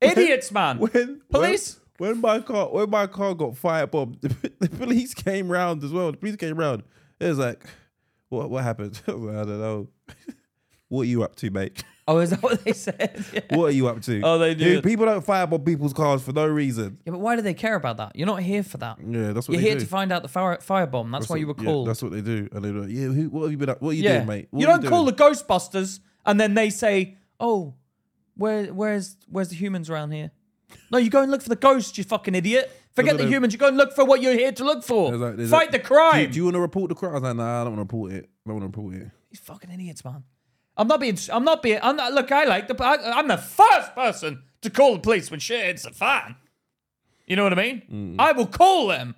S1: what?
S2: Idiots, man.
S1: when
S2: Police?
S1: when, when my car when my car got firebombed the, the police came round as well the police came round it was like what what happened I, was like, I don't know what are you up to mate
S2: Oh, is that what they said? Yeah.
S1: what are you up to
S2: Oh, they do
S1: Dude,
S2: it.
S1: people don't firebomb people's cars for no reason
S2: Yeah, but why do they care about that? You're not here for that.
S1: yeah that's what
S2: You're
S1: they
S2: here
S1: do
S2: to find out the fire firebomb. That's, why you were
S1: Yeah,
S2: called.
S1: that's what they do and they're like yeah who, what have you been up what are you
S2: Yeah.
S1: doing mate What
S2: you
S1: are
S2: don't call
S1: doing?
S2: the Ghostbusters and then they say, "Oh, where where's where's the humans around here?" No, you go and look for the ghosts, you fucking idiot. Forget
S1: what
S2: the
S1: they-
S2: humans. You go and look for what you're here to look for.
S1: There's like- there's
S2: Fight
S1: like,
S2: the crime.
S1: do, do you want to report the crime I was like nah I don't want to report it I don't want to report it
S2: These fucking idiots, man. I'm not being. I'm not being. I'm not, look, I like the. I, I'm the first person to call the police when shit hits the fan. You know what I mean?
S1: Mm.
S2: I will call them.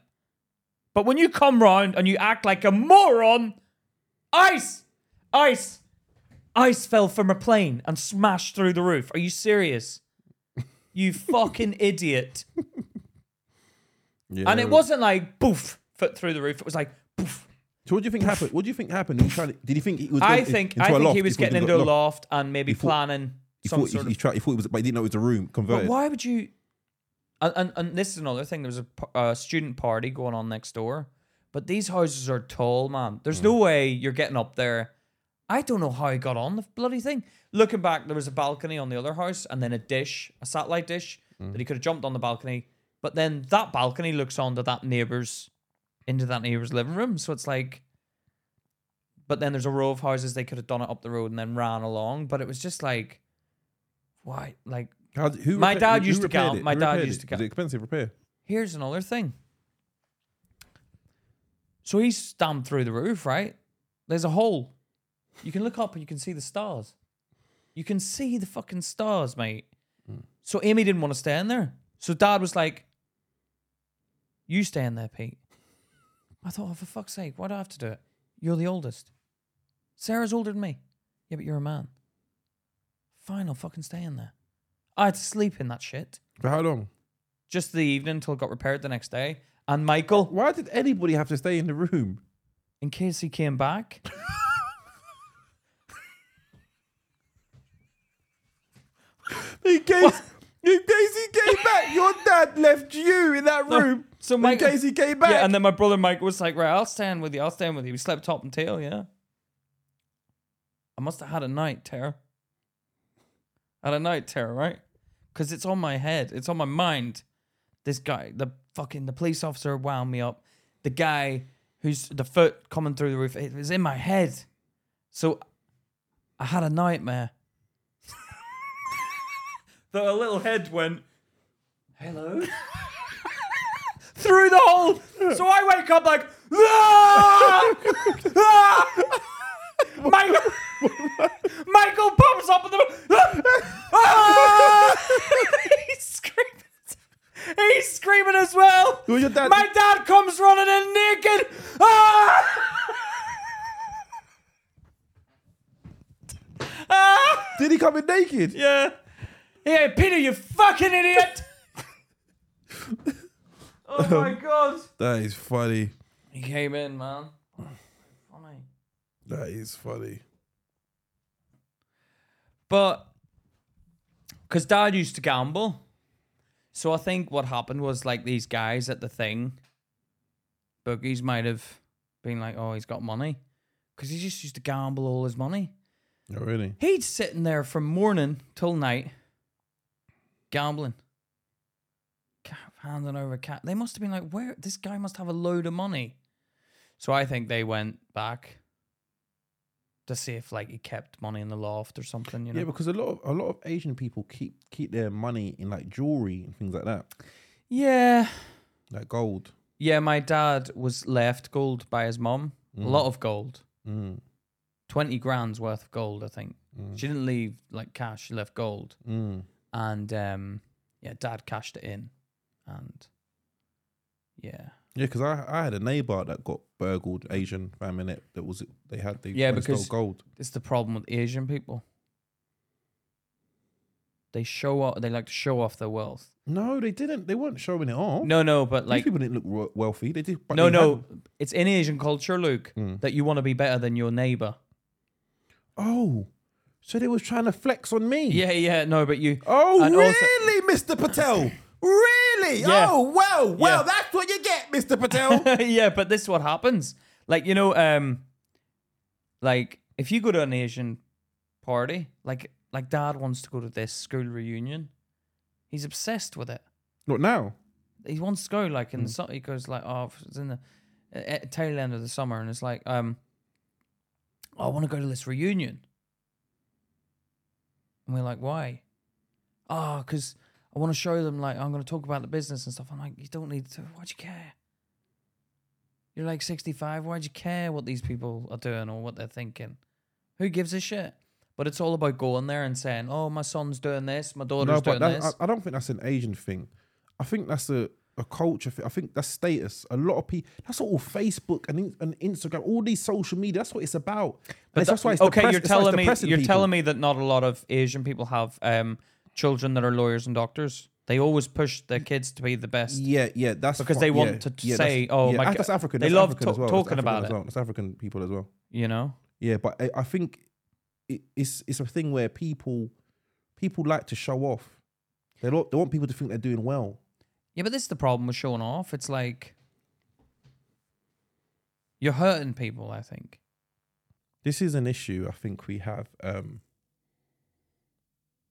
S2: But when you come round and you act like a moron, ice, ice, ice fell from a plane and smashed through the roof. Are you serious? You fucking idiot.
S1: yeah
S2: And it wasn't like poof, foot through the roof. It was like poof,
S1: so what do you think happened what do you think happened He was trying to- did he think he was
S2: I
S1: going in-
S2: think
S1: into
S2: I
S1: a
S2: think
S1: loft?
S2: he was
S1: thought got
S2: getting into a
S1: locked.
S2: loft and maybe
S1: thought-
S2: planning
S1: He
S2: some
S1: thought,
S2: sort
S1: he, he
S2: of.
S1: tried, he thought it was, but he didn't know it was a room
S2: But
S1: converted.
S2: why would you? And, and and this is another thing. There was a, p- a student party going on next door, but these houses are tall, man. There's no way you're getting up there. I don't know how he got on the bloody thing. Looking back, there was a balcony on the other house, and then a dish, a satellite dish, that he could have jumped on the balcony. But then that balcony looks onto that neighbor's, into that neighbor's living room. So it's like, but then there's a row of houses they could have done it up the road and then ran along. But it was just like, why? Like
S1: How d- who
S2: My
S1: repa-
S2: dad
S1: who
S2: used to
S1: repaired
S2: count-
S1: it?
S2: my
S1: Who
S2: dad
S1: repaired
S2: used
S1: it?
S2: to
S1: Was it expensive repair?
S2: Here's another thing. So he's stamped through the roof, right? There's a hole. You can look up and you can see the stars. You can see the fucking stars, mate. So Amy didn't want to stay in there. So dad was like, You stay in there, Pete. I thought, oh, for fuck's sake, why do I have to do it? You're the oldest. Sarah's older than me. Yeah, but you're a man. Fine, I'll fucking stay in there. I had to sleep in that shit
S1: For how long?
S2: just the evening until it got repaired the next day. And Michael,
S1: Why did anybody have to stay in the room?
S2: in case he came back.
S1: In case, in case he came back, your dad left you in that
S2: No,
S1: room.
S2: so
S1: in
S2: Michael-
S1: case he came back,
S2: Yeah, and then my brother Mike was like, right, I'll stand with you, I'll stand with you. We slept top and tail, yeah. I must have had a night terror. Had a night terror, right? because it's on my head. It's on my mind. This guy, the fucking the police officer, wound me up. The guy who's the foot coming through the roof. It was in my head. So I had a nightmare. that a little head went, hello? through the hole. So I wake up like, "Ah! Ah!" Michael, Michael pops up in the. Ah! He's screaming. He's screaming as well.
S1: Who's your dad?
S2: My dad comes running in naked. Ah! Ah!
S1: Did he come in naked?
S2: Yeah. Hey, Peter, you fucking idiot! oh my god.
S1: That is funny.
S2: He came in, man. Funny.
S1: That is funny.
S2: But, because dad used to gamble. So I think what happened was like these guys at the thing, boogies might have been like, oh, he's got money. Because he just used to gamble all his money.
S1: Oh, really?
S2: He'd sitting there from morning till night, gambling, Ca- handing over cat. They must have been like, "Where this guy must have a load of money." So I think they went back to see if like he kept money in the loft or something. You know,
S1: Yeah, because a lot of a lot of Asian people keep keep their money in like jewelry and things like that,
S2: yeah,
S1: like gold.
S2: yeah. My dad was left gold by his mum, a lot of gold,
S1: Mm.
S2: twenty grand's worth of gold. I think she didn't leave like cash; she left gold.
S1: Mm.
S2: and um, yeah, dad cashed it in, and yeah,
S1: Yeah, because I I had a neighbor that got burgled Asian family that, that was they had they
S2: Yeah,
S1: went and stole
S2: because-
S1: gold.
S2: it's the problem with Asian people. They show off. They like to show off their wealth.
S1: No, they didn't. They weren't showing it off.
S2: No, no, but
S1: These
S2: like,
S1: people didn't look ro- wealthy. They did. But
S2: no,
S1: they
S2: no,
S1: had-
S2: it's in Asian culture, Luke,
S1: Mm.
S2: that you want to be better than your neighbor.
S1: oh, so they was trying to flex on me.
S2: Yeah, yeah, no, but you.
S1: Oh,
S2: And also-
S1: really, Mr. Patel? Really?
S2: Yeah.
S1: Oh, well, well,
S2: Yeah.
S1: that's what you get, Mr. Patel.
S2: yeah, but this is what happens. Like, you know, um like if you go to an Asian party, like like dad wants to go to this school reunion. He's obsessed with it.
S1: Not now.
S2: He wants to go like in the
S1: Hmm.
S2: summer. He goes like, oh, it's in the uh, uh, tail end of the summer, and it's like, um, I want to go to this reunion. And we're like, why? Oh, because I want to show them, like, I'm going to talk about the business and stuff. I'm like, you don't need to. Why'd you care? You're like 65. Why'd you care what these people are doing or what they're thinking? Who gives a shit? But it's all about going there and saying, oh, my son's doing this, my daughter's
S1: No, but
S2: doing
S1: that, uh,
S2: this.
S1: I, I don't think that's an Asian thing. I think that's a, a culture thing. I think that's status. A lot of people, that's all Facebook and, in- and Instagram, all these social media, that's what it's about. But that's why it's
S2: okay,
S1: depress-
S2: you're
S1: that's why it's
S2: telling me
S1: depressing
S2: you're
S1: people.
S2: telling me that not a lot of Asian people have um, children that are lawyers and doctors. They always push their kids to be the best.
S1: Yeah, yeah, that's
S2: Because
S1: fi-
S2: they want
S1: yeah,
S2: to
S1: yeah,
S2: say,
S1: that's-
S2: oh
S1: yeah,
S2: my
S1: that's-
S2: God.
S1: that's African.
S2: They
S1: that's
S2: love
S1: African
S2: ta-
S1: as well.
S2: talking
S1: that's African
S2: about
S1: as
S2: it.
S1: well. That's African people as well.
S2: You know,
S1: Yeah, but I, I think it, it's it's a thing where people people like to show off. They lo- they want people to think they're doing well.
S2: yeah, but this is the problem with showing off. It's like you're hurting people. I think.
S1: This is an issue I think we have, um,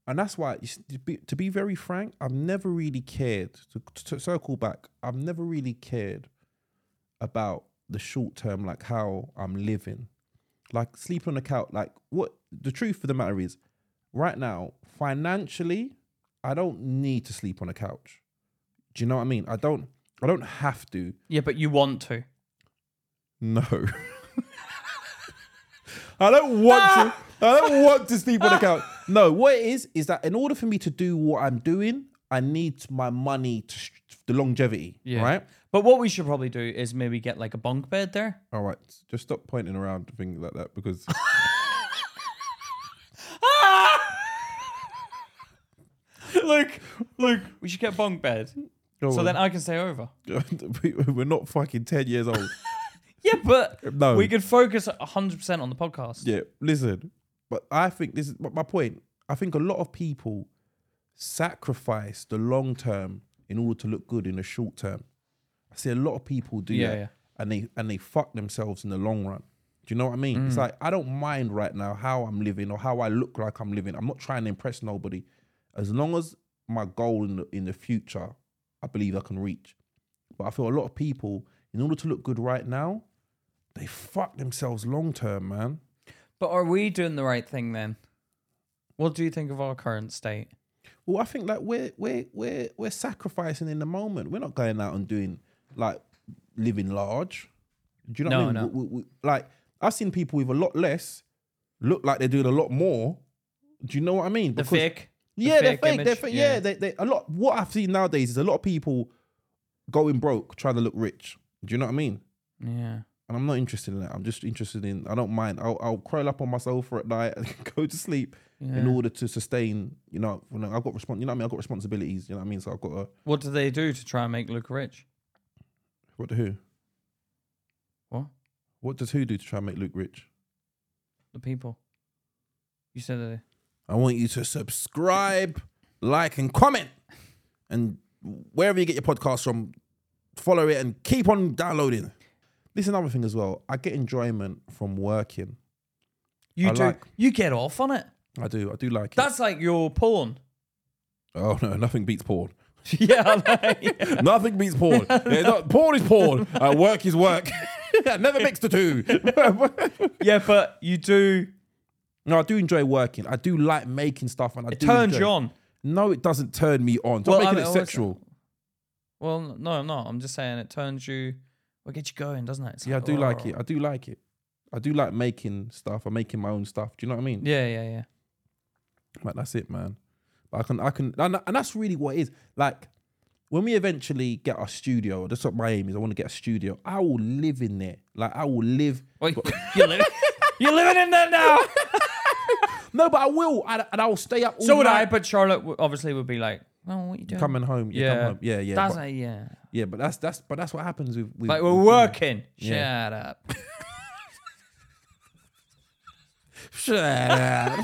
S1: and that's why it's- to be, to be very frank, I've never really cared. To, to circle back, I've never really cared about the short term, like how I'm living, like sleeping on the couch. Like what the truth of the matter is, right now financially, I don't need to sleep on a couch. Do you know what I mean? I don't. I don't have to.
S2: Yeah, but you want to.
S1: No. I don't want to. I don't want to sleep on the couch. No, what it is is that in order for me to do what I'm doing, I need my money to sh- the longevity,
S2: Yeah.
S1: right?
S2: But what we should probably do is maybe get like a bunk bed there.
S1: All right, just stop pointing around things like that because
S2: Luke, Luke, we should get a bunk bed. So then I can stay over.
S1: We- we're not fucking ten years old.
S2: Yeah, but
S1: No.
S2: we could focus 100% on the podcast.
S1: Oh. Yeah, listen, but I think this is but my point. I think a lot of people sacrifice the long term in order to look good in the short term. I see a lot of people do
S2: Yeah,
S1: that,
S2: yeah.
S1: and they and they fuck themselves in the long run. Do you know what I mean?
S2: Mm.
S1: It's like I don't mind right now how I'm living or how I look like I'm living. I'm not trying to impress nobody, as long as my goal in the, in the future, I believe I can reach. But I feel a lot of people, in order to look good right now, they fuck themselves long term, man.
S2: But are we doing the right thing then? What do you think of our current state?
S1: Well, I think like we're we're we're we're sacrificing in the moment. We're not going out and doing like living large. Do you know what I
S2: No,
S1: mean?
S2: no.
S1: We- we- we- like I've seen people with a lot less look like they're doing a lot more. Do you know what I mean?
S2: The
S1: Because-
S2: fake. the
S1: yeah, they're
S2: fake
S1: fake. They're
S2: image,
S1: fake.
S2: yeah.
S1: Yeah, they, they a lot. What I've seen nowadays is a lot of people going broke trying to look rich. Do you know what I mean?
S2: Yeah.
S1: and I'm not interested in that. I'm just interested in. I don't mind. I'll, I'll curl up on my sofa at night and go to sleep in
S2: Yeah.
S1: order to sustain. You know, when I've got respons- You know what I mean? I've got responsibilities. You know what I mean? So I've got a
S2: What do they do to try and make look rich?
S1: what do who?
S2: What?
S1: What does who do to try and make Luke rich?
S2: The people. You said that.
S1: I want you to subscribe, like, and comment, and wherever you get your podcast from, follow it and keep on downloading. This is another thing as well. I get enjoyment from working.
S2: You
S1: I
S2: do.
S1: like-
S2: You get off on it.
S1: I do. I do like it.
S2: That's like your porn.
S1: Oh no, nothing beats porn.
S2: yeah, like, yeah.
S1: Nothing beats porn. There's not- porn is porn. Uh, work is work. Never mix the two.
S2: Yeah, but you do.
S1: no, I do enjoy working. I do like making stuff, and I
S2: It
S1: do
S2: turns
S1: enjoy-
S2: you on.
S1: No, it doesn't turn me on. Stop
S2: Well,
S1: making
S2: I mean,
S1: it
S2: well, it's-
S1: sexual.
S2: Well, no, I'm not. I'm just saying it turns you. Well, get you going, doesn't it? It's
S1: Yeah, I do like
S2: "Oh."
S1: it. I do like it. I do like making stuff. I'm making my own stuff. Do you know what I mean?
S2: Yeah, yeah, yeah.
S1: Like that's it, man. But I can, I can, and, and that's really what it is. Like when we eventually get our studio, that's what my aim is. I want to get a studio. I will live in there. Like I will live.
S2: Wait, you're living. You're living in there now.
S1: No, but I will, and, and I will stay up. All
S2: So would
S1: night.
S2: I, but Charlotte w- obviously would be like, "No, what you doing?"
S1: coming home. Yeah, come
S2: Yeah.
S1: home. yeah, yeah.
S2: That's
S1: but,
S2: a, yeah.
S1: yeah, but that's that's but that's what happens with, with
S2: Like
S1: with
S2: we're
S1: women.
S2: working.
S1: Yeah.
S2: Shut up.
S1: Shut up.
S2: Yeah,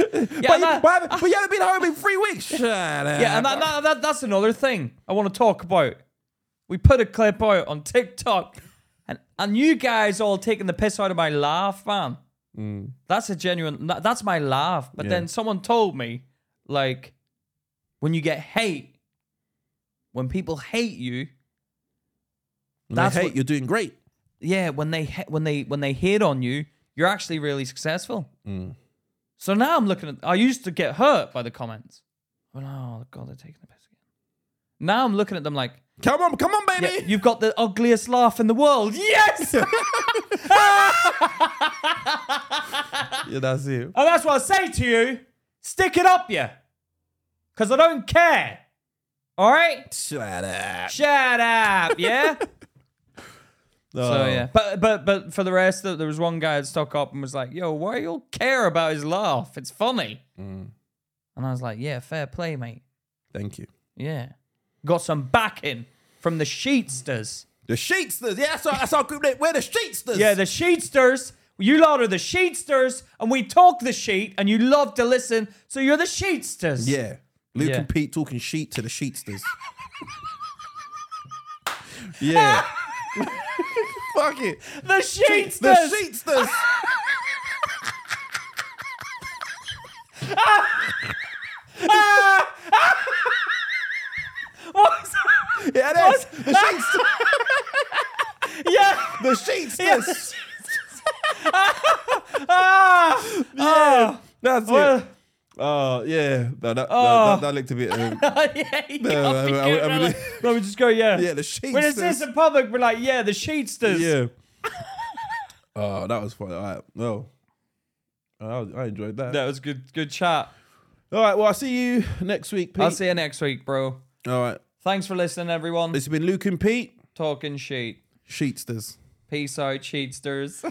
S1: but,
S2: and
S1: you,
S2: that-
S1: but, but you haven't been home in three weeks. Shut up.
S2: yeah, and that, that, that, that's another thing I want to talk about. We put a clip out on TikTok, and and you guys all taking the piss out of my laugh, man. That's a genuine. that- That's my laugh. But
S1: Mm. Yeah.
S2: then someone told me, like, when you get hate, when people hate you,
S1: And
S2: that's
S1: they hate
S2: what-
S1: you're doing great.
S2: yeah, when they he- when they when they hate on you, you're actually really successful. So now I'm looking at. I used to get hurt by the comments. Well, oh god, they're taking the piss again. Now I'm looking at them like,
S1: Come on, come on,
S2: yeah,
S1: baby.
S2: you've got the ugliest laugh in the world. Yes, and
S1: Yeah, that's it.
S2: that's what I say to you. Stick it up, you, because I don't care. All right,
S1: Shut up.
S2: shut up, yeah.
S1: Oh.
S2: So yeah, but but but for the rest, there was one guy that stuck up and was like, "Yo, why you all care about his laugh? It's funny."
S1: Mm.
S2: And I was like, "Yeah, fair play, mate.
S1: Thank you.
S2: Yeah, got some backing from the sheetsters.
S1: The sheetsters. Yeah, that's our, that's our group name. We're the sheetsters.
S2: Yeah, the sheetsters. You lot are the sheetsters, and we talk the sheet, and you love to listen, so you're the sheetsters.
S1: yeah. Luke
S2: Yeah.
S1: and Pete talking sheet to the sheetsters. yeah. Fuck it.
S2: the sheetsters.
S1: The sheetsters.
S2: What was
S1: Yeah, that's the sheetsters.
S2: that? yeah.
S1: The sheetsters. That's it.
S2: Well-
S1: Oh yeah, no, that,
S2: Oh.
S1: that, that, that looked a bit. Um,
S2: yeah, you can't be
S1: I- I- I
S2: good,
S1: mean-
S2: really. No, we just go, yeah.
S1: Yeah, the
S2: When it's
S1: sheetsters.
S2: this in public, we're like, yeah, the sheetsters.
S1: yeah. oh, that was fun. All right, well, I, I enjoyed that.
S2: That was good. Good chat.
S1: All right, well, I'll see you next week, Pete.
S2: I'll see you next week, bro.
S1: All right,
S2: Thanks for listening, everyone.
S1: this has been Luke and Pete
S2: Talking sheet.
S1: Sheetsters.
S2: Peace out, cheatsters.